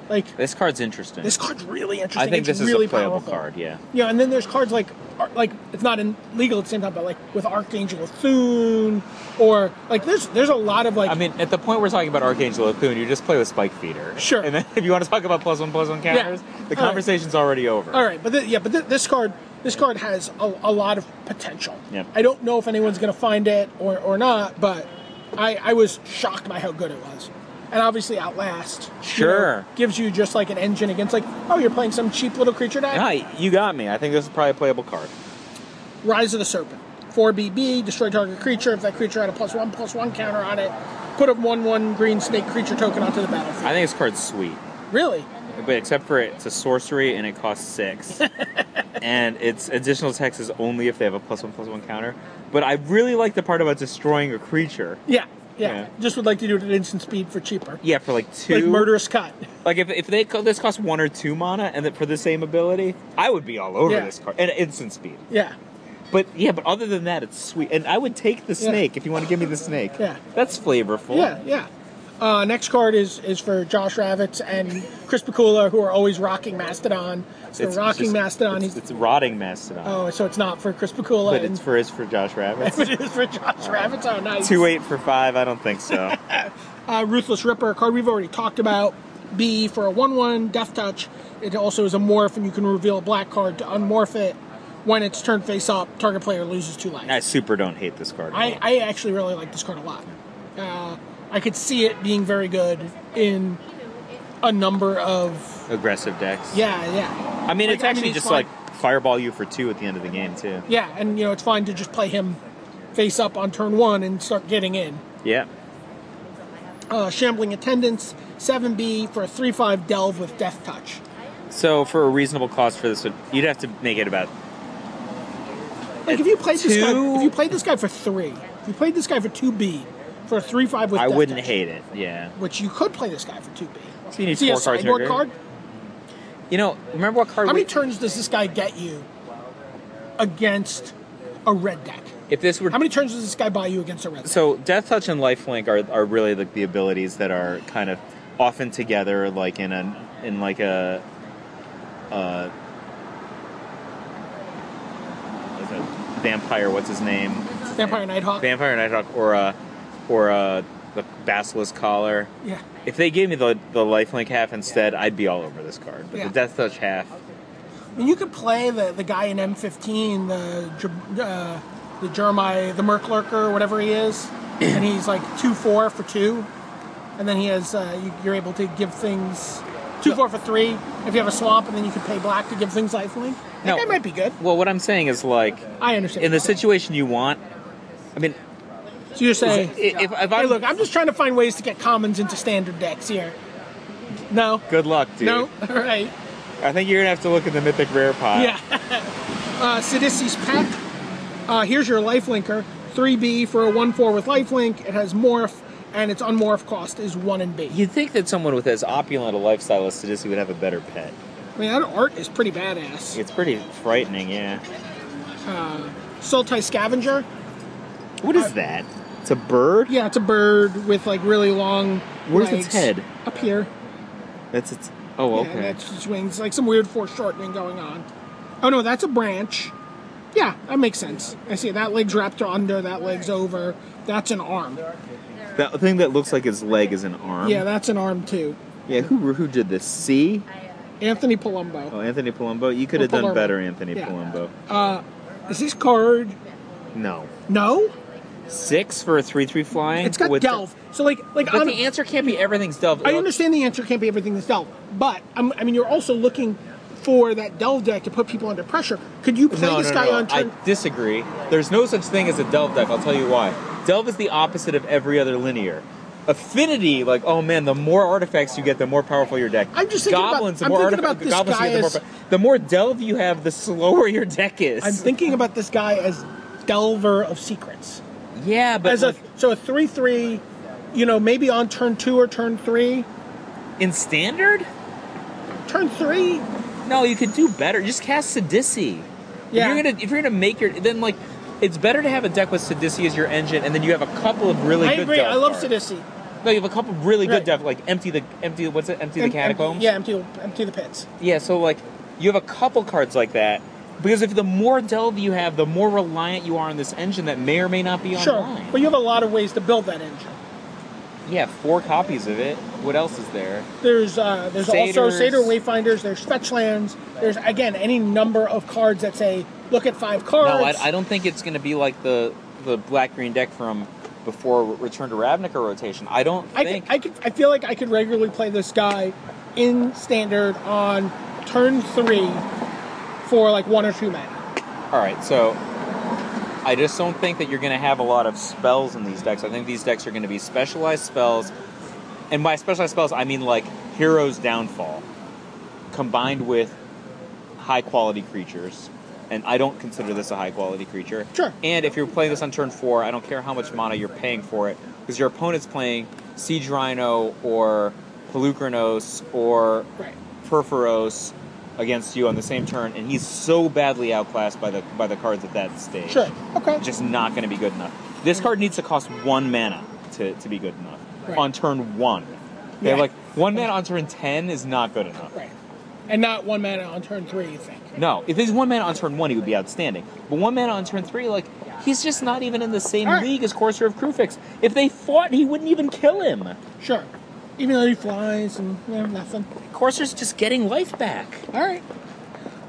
Speaker 3: Like
Speaker 2: This card's interesting.
Speaker 3: this card's really interesting.
Speaker 2: I think
Speaker 3: It's
Speaker 2: this is
Speaker 3: really
Speaker 2: a playable
Speaker 3: powerful.
Speaker 2: card. Yeah.
Speaker 3: Yeah, and then there's cards like, Ar- like it's not in legal at the same time, but like with Archangel Thune, or like there's there's a lot of like
Speaker 2: I mean, at the point we're talking about Archangel Lacoon, you just play with Spike Feeder.
Speaker 3: Sure.
Speaker 2: And then if you want to talk about plus one plus one counters, the
Speaker 3: All right.
Speaker 2: conversation's already over.
Speaker 3: All right, but th- yeah, but th- this card, this card has a, a lot of potential.
Speaker 2: Yep.
Speaker 3: I don't know if anyone's going to find it or, or not, but I, I was shocked by how good it was, and obviously Outlast. you know,
Speaker 2: Sure.
Speaker 3: gives you just like an engine against like oh you're playing some cheap little creature deck.
Speaker 2: Nah, you got me. I think this is probably a playable card.
Speaker 3: Rise of the Serpent, four BB, destroy target creature. If that creature had a plus one plus one counter on it, put a one one green snake creature token onto the battlefield.
Speaker 2: I think this card's sweet.
Speaker 3: really?
Speaker 2: But except for it, it's a sorcery and it costs six. and its additional text is only if they have a plus one plus one counter. But I really like the part about destroying a creature.
Speaker 3: Yeah, yeah.
Speaker 2: Yeah.
Speaker 3: Just would like to do it at instant speed for cheaper.
Speaker 2: Yeah, for like two.
Speaker 3: Like murderous cut.
Speaker 2: Like if, if they co- this costs one or two mana and that for the same ability, I would be all over
Speaker 3: Yeah.
Speaker 2: this card and instant speed.
Speaker 3: Yeah.
Speaker 2: But yeah, but other than that, it's sweet. And I would take the
Speaker 3: Yeah.
Speaker 2: snake if you want to give me the snake.
Speaker 3: Yeah.
Speaker 2: that's flavorful.
Speaker 3: Yeah, yeah. Uh, next card is is for Josh Ravitz and Chris Pakula, who are always rocking Mastodon. So
Speaker 2: It's
Speaker 3: rocking
Speaker 2: just-
Speaker 3: Mastodon.
Speaker 2: It's,
Speaker 3: He's,
Speaker 2: it's rotting mastodon.
Speaker 3: oh, so it's not for Chris Pakula.
Speaker 2: but
Speaker 3: and-
Speaker 2: it's for is for Josh Rabbit.
Speaker 3: but it is for Josh Ravitz. Oh, nice.
Speaker 2: Two eight for five. I don't think so.
Speaker 3: Uh, Ruthless Ripper, a card we've already talked about. B for a 1 1 Death Touch. It also is a morph, and you can reveal a black card to unmorph it. When it's turned face up, target player loses two life.
Speaker 2: I super don't hate this card. at
Speaker 3: I,
Speaker 2: all.
Speaker 3: I actually really like this card a lot. Uh, I could see it being very good in a number of
Speaker 2: aggressive decks.
Speaker 3: Yeah, yeah,
Speaker 2: I mean
Speaker 3: Like,
Speaker 2: it's
Speaker 3: I mean,
Speaker 2: actually
Speaker 3: it's
Speaker 2: just
Speaker 3: fine.
Speaker 2: like fireball you for two at the end of the game too.
Speaker 3: yeah. And you know, it's fine to just play him face up on turn one and start getting in.
Speaker 2: Yeah,
Speaker 3: Uh, Shambling Attendance, seven B for a three-five delve with Death Touch.
Speaker 2: So for a reasonable cost for this, would- you'd have to make it about
Speaker 3: Like if you played this
Speaker 2: Two-
Speaker 3: guy, if you played this guy for three, if you played this guy for two B, for a three-five with
Speaker 2: I
Speaker 3: Death
Speaker 2: wouldn't
Speaker 3: Touch,
Speaker 2: hate it. Yeah.
Speaker 3: Which you could play this guy for two B.
Speaker 2: So you need
Speaker 3: See a
Speaker 2: four cards in your
Speaker 3: sideboard
Speaker 2: grave.
Speaker 3: card.
Speaker 2: You know, remember what card?
Speaker 3: How many
Speaker 2: we-
Speaker 3: turns does this guy get you against a red deck?
Speaker 2: if this were
Speaker 3: How many turns does this guy buy you against a red? deck?
Speaker 2: so death touch and lifelink are are really the, the abilities that are kind of often together, like in an in like a. Uh, what's that? vampire. What's his name?
Speaker 3: Vampire Nighthawk.
Speaker 2: Vampire Nighthawk or a or a the basilisk collar.
Speaker 3: yeah.
Speaker 2: If they gave me the the lifelink half instead, I'd be all over this card. But
Speaker 3: Yeah.
Speaker 2: the death touch half,
Speaker 3: I mean, you could play the, the guy in M15, the Jer- uh, the Jeremiah, the Merc Lurker, whatever he is, and he's like two four for two, and then he has uh, you, you're able to give things two four for three if you have a swamp, and then you could pay black to give things lifelink.
Speaker 2: No.
Speaker 3: That guy might be good.
Speaker 2: Well, what I'm saying is like
Speaker 3: I understand.
Speaker 2: in the situation you want. I mean,
Speaker 3: so you're saying,
Speaker 2: i- if, if I
Speaker 3: hey, look, I'm just trying to find ways to get commons into standard decks here. No.
Speaker 2: Good luck, dude.
Speaker 3: No. All right.
Speaker 2: I think you're gonna have to look in the mythic rare pile.
Speaker 3: Yeah. uh, Sidisi's Pact. Uh, here's your Lifelinker. 3B for a 1 4 with Lifelink. It has Morph, and its unmorph cost is 1 and B.
Speaker 2: You'd think that someone with as opulent a lifestyle as Sidisi would have a better pet.
Speaker 3: I mean, that art is pretty badass.
Speaker 2: It's pretty frightening, yeah.
Speaker 3: Sultai Scavenger.
Speaker 2: What is that? It's a bird.
Speaker 3: Yeah, it's a bird with like really long.
Speaker 2: Where's
Speaker 3: legs.
Speaker 2: its head?
Speaker 3: Up here.
Speaker 2: That's its. Oh,
Speaker 3: Yeah,
Speaker 2: okay.
Speaker 3: that's its wings. Like some weird foreshortening going on. Oh no, that's a branch. Yeah, that makes sense. I see that leg's wrapped under, that leg's over. That's an arm.
Speaker 2: that thing that looks like its leg is an arm.
Speaker 3: Yeah, that's an arm too.
Speaker 2: Yeah, who who did this? C.
Speaker 3: Anthony Palumbo.
Speaker 2: Oh, Anthony Palumbo. You could
Speaker 3: Or
Speaker 2: have done
Speaker 3: Palermo.
Speaker 2: better, Anthony
Speaker 3: Yeah. Oh.
Speaker 2: Palumbo.
Speaker 3: Is this card?
Speaker 2: No.
Speaker 3: No,
Speaker 2: Six for a three-three flying.
Speaker 3: it's got
Speaker 2: with the-
Speaker 3: delve. so like, like
Speaker 2: but
Speaker 3: on,
Speaker 2: the answer can't be everything's delve.
Speaker 3: I understand the answer can't be everything that's delve, but I'm, I mean, you're also looking for that delve deck to put people under pressure. Could you play
Speaker 2: No,
Speaker 3: this
Speaker 2: no,
Speaker 3: guy
Speaker 2: no.
Speaker 3: on turn?
Speaker 2: I disagree. There's no such thing as a delve deck. I'll tell you why. Delve is the opposite of every other linear. Affinity, like oh man, the more artifacts you get, the more powerful your deck.
Speaker 3: I'm just thinking about-
Speaker 2: goblins.
Speaker 3: I'm
Speaker 2: the more
Speaker 3: thinking
Speaker 2: artifac-
Speaker 3: about this
Speaker 2: goblins you
Speaker 3: guy
Speaker 2: get, the more.
Speaker 3: as-
Speaker 2: pow- the more delve you have, the slower your deck is.
Speaker 3: I'm thinking about this guy as Delver of Secrets.
Speaker 2: yeah, but
Speaker 3: As a
Speaker 2: like,
Speaker 3: so a three three, you know, maybe on turn two or turn three.
Speaker 2: in standard,
Speaker 3: Turn three,
Speaker 2: no, you could do better. Just cast Sidisi.
Speaker 3: Yeah.
Speaker 2: If you're gonna if you're gonna make your then like. It's better to have a deck with Sidisi as your engine, and then you have a couple of really
Speaker 3: I
Speaker 2: good.
Speaker 3: agree.
Speaker 2: delve
Speaker 3: I love
Speaker 2: cards.
Speaker 3: Sidisi.
Speaker 2: No, you have a couple really good
Speaker 3: Right.
Speaker 2: depth, like empty the empty. What's it? Empty the
Speaker 3: Em-
Speaker 2: catacombs.
Speaker 3: Empty, yeah, empty, empty the pits.
Speaker 2: Yeah. So like, you have a couple cards like that because if the more delve you have, the more reliant you are on this engine that may or may not be
Speaker 3: Sure,
Speaker 2: online.
Speaker 3: but you have a lot of ways to build that engine.
Speaker 2: yeah, four copies of it. What else is there?
Speaker 3: There's uh, there's also
Speaker 2: Satyrs.
Speaker 3: Seder Wayfinders. There's fetch lands. There's again any number of cards that say look at five cards.
Speaker 2: No, I, I don't think it's going to be like the the black green deck from before Return to Ravnica rotation. I don't
Speaker 3: I could,
Speaker 2: think.
Speaker 3: I could I feel like I could regularly play this guy in standard on turn three for like one or two mana.
Speaker 2: All right, so I just don't think that you're going to have a lot of spells in these decks. I think these decks are going to be specialized spells, and by specialized spells, I mean like Hero's Downfall combined with high quality creatures. And I don't consider this a high quality creature.
Speaker 3: Sure.
Speaker 2: And if you're playing this on turn four, I don't care how much mana you're paying for it, because your opponent's playing Siege Rhino or Pelucranos or
Speaker 3: Right.
Speaker 2: Perforos against you on the same turn, and he's so badly outclassed by the by the cards at that stage.
Speaker 3: Sure. Okay.
Speaker 2: Just not going to be good enough. This card needs to cost one mana to, to be good enough
Speaker 3: Right.
Speaker 2: on turn one. They're
Speaker 3: Yeah.
Speaker 2: like one mana on turn ten is not good enough.
Speaker 3: Right. And not one mana on turn three, you think.
Speaker 2: No, if he's one mana on turn one, he would be outstanding. But one mana on turn three, like he's just not even in the same
Speaker 3: All right.
Speaker 2: league as Courser of Krufix. If they fought, he wouldn't even kill him.
Speaker 3: Sure. Even though he flies and yeah, nothing.
Speaker 2: Courser's just getting life back.
Speaker 3: All right.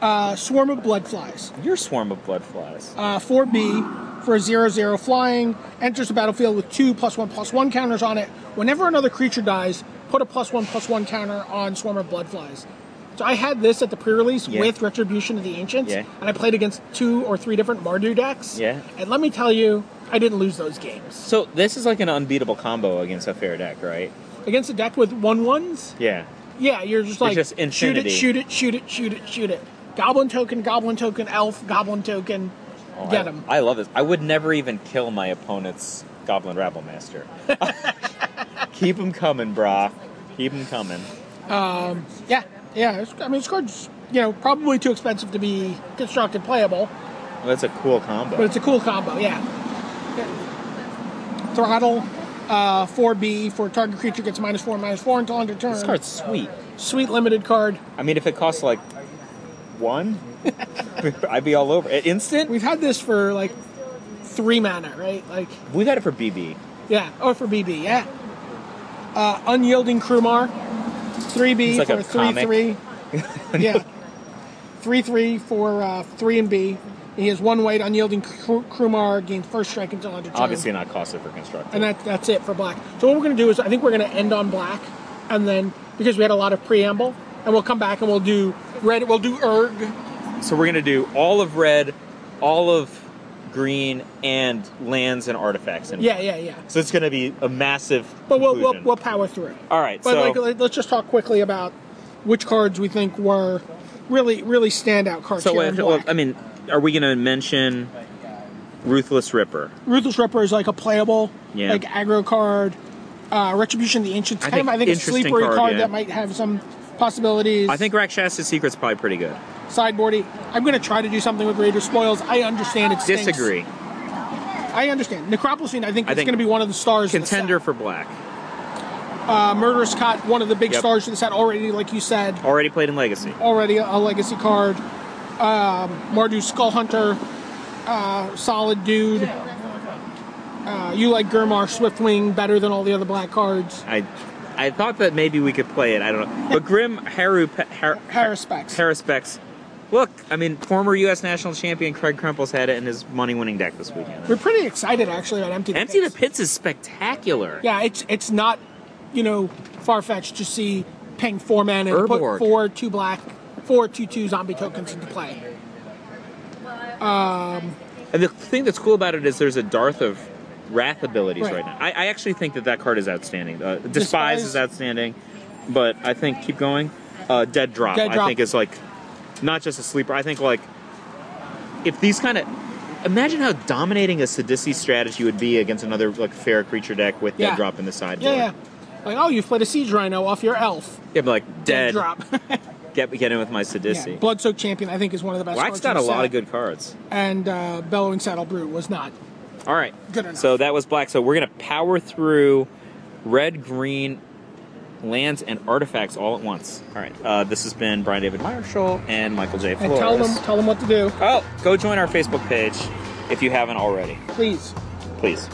Speaker 3: Uh, Swarm of Bloodflies.
Speaker 2: Your swarm of blood flies.
Speaker 3: Uh, 4B for a 0 0 flying. Enters the battlefield with two plus 1 plus 1 counters on it. Whenever another creature dies, put a plus 1 plus 1 counter on Swarm of Bloodflies. So I had this at the pre release
Speaker 2: Yeah.
Speaker 3: with Retribution of the Ancients,
Speaker 2: Yeah.
Speaker 3: and I played against two or three different Mardu decks.
Speaker 2: Yeah.
Speaker 3: And let me tell you, I didn't lose those games.
Speaker 2: So this is like an unbeatable combo against a fair deck, right?
Speaker 3: Against a deck with 1 1s,
Speaker 2: Yeah.
Speaker 3: Yeah, you're just like
Speaker 2: just
Speaker 3: shoot it,
Speaker 2: infinity.
Speaker 3: shoot it, shoot it, shoot it, shoot it. Goblin token, goblin token, elf, goblin token.
Speaker 2: Oh,
Speaker 3: Get
Speaker 2: I-
Speaker 3: him.
Speaker 2: I love this. I would never even kill my opponent's Goblin Rabble Master. Keep him coming, brah. Keep him coming.
Speaker 3: Yeah, yeah. It's, I mean, it's card's you know probably too expensive to be constructed playable,
Speaker 2: That's a cool combo.
Speaker 3: but it's a cool combo. Yeah. Throttle, uh, four B for target creature gets minus four, minus four until end of turn.
Speaker 2: this card's sweet.
Speaker 3: Sweet limited card.
Speaker 2: I mean, if it costs like one, I'd be all over. it. Instant?
Speaker 3: We've had this for like three mana, right? Like
Speaker 2: We've had it for BB.
Speaker 3: yeah, or for BB, yeah. Uh, unyielding Krumar, three
Speaker 2: It's
Speaker 3: B
Speaker 2: like
Speaker 3: for
Speaker 2: a
Speaker 3: three
Speaker 2: comic.
Speaker 3: three. yeah, three three for uh, three and B. He has one weight. Unyielding Kr- Krumar gains first strike until under turn.
Speaker 2: Obviously not costly for constructed.
Speaker 3: and that, that's it for black. So what we're going to do is I think we're going to end on black, and then because we had a lot of preamble, and we'll come back and we'll do red. We'll do erg.
Speaker 2: So we're gonna do all of red, all of green, and lands and artifacts. And
Speaker 3: Yeah, yeah, yeah.
Speaker 2: So it's gonna be a massive.
Speaker 3: But we'll we'll,
Speaker 2: conclusion.
Speaker 3: we'll power through.
Speaker 2: All right,
Speaker 3: But
Speaker 2: so-
Speaker 3: like, let- let's just talk quickly about which cards we think were really really standout cards
Speaker 2: So,
Speaker 3: here
Speaker 2: wait,
Speaker 3: in
Speaker 2: well,
Speaker 3: black.
Speaker 2: I mean, are we going to mention Ruthless Ripper?
Speaker 3: Ruthless Ripper is like a playable,
Speaker 2: Yeah.
Speaker 3: like aggro card. Uh, Retribution of the Ancients,
Speaker 2: I
Speaker 3: kind of,
Speaker 2: think
Speaker 3: I think, a
Speaker 2: interesting
Speaker 3: sleepery
Speaker 2: card,
Speaker 3: card,
Speaker 2: yeah.
Speaker 3: that might have some possibilities.
Speaker 2: I think Rakshas's Secret's probably pretty good.
Speaker 3: sideboardy. I'm going to try to do something with Raider Spoils. I understand it's
Speaker 2: Disagree.
Speaker 3: I understand. Necropolis, I think
Speaker 2: I
Speaker 3: it's
Speaker 2: think
Speaker 3: going to be one of the stars. of the set.
Speaker 2: Contender for black.
Speaker 3: uh, Murderous Cot, one of the big
Speaker 2: Yep.
Speaker 3: stars of the set already, like you said,
Speaker 2: Already played in Legacy.
Speaker 3: already a legacy card. Um, Mardu Skull Hunter, uh, solid dude. Uh, you like Gurmar Swiftwing better than all the other black cards.
Speaker 2: I I thought that maybe we could play it. I don't know. But Grim Haru Pe- Har-
Speaker 3: Harris specs.
Speaker 2: Harris Specs. Look, I mean, former U.S. national champion Craig Crumples had it in his money-winning deck this weekend.
Speaker 3: We're pretty excited actually about empty. the
Speaker 2: Empty the
Speaker 3: Pits.
Speaker 2: Pits is spectacular.
Speaker 3: Yeah, it's it's not, you know, far fetched to see ping four men and
Speaker 2: Urborg.
Speaker 3: put four two black, four two two zombie tokens into play.
Speaker 2: And the thing that's cool about it is there's a Darth of Wrath abilities right,
Speaker 3: Right.
Speaker 2: now. I, I actually think that that card is outstanding. Uh, Despise,
Speaker 3: Despise-
Speaker 2: is outstanding, but I think keep going. Uh, Dead Drop,
Speaker 3: Dead
Speaker 2: I
Speaker 3: Drop.
Speaker 2: think is like not just a sleeper. I think like if these kind of imagine how dominating a Sadissi strategy would be against another like fair creature deck with
Speaker 3: Yeah.
Speaker 2: Dead Drop in the sideboard.
Speaker 3: Yeah, yeah. Like oh, you've played a siege rhino off your elf.
Speaker 2: Yeah, but like Dead,
Speaker 3: Dead drop.
Speaker 2: Get get in with my
Speaker 3: yeah.
Speaker 2: Sadissi.
Speaker 3: Blood soaked champion, I think, is one of the best.
Speaker 2: Black's
Speaker 3: cards
Speaker 2: got
Speaker 3: in
Speaker 2: a
Speaker 3: the
Speaker 2: lot
Speaker 3: set,
Speaker 2: of good cards.
Speaker 3: And uh, Bellowing Saddle Brew was not.
Speaker 2: All right.
Speaker 3: Good enough.
Speaker 2: So that was black. So we're gonna power through red, green, lands, and artifacts all at once. All right. Uh, this has been Brian David Marshall and Michael J.
Speaker 3: And
Speaker 2: Flores.
Speaker 3: tell them tell them what to do,
Speaker 2: oh, go join our Facebook page if you haven't already,
Speaker 3: please.
Speaker 2: please.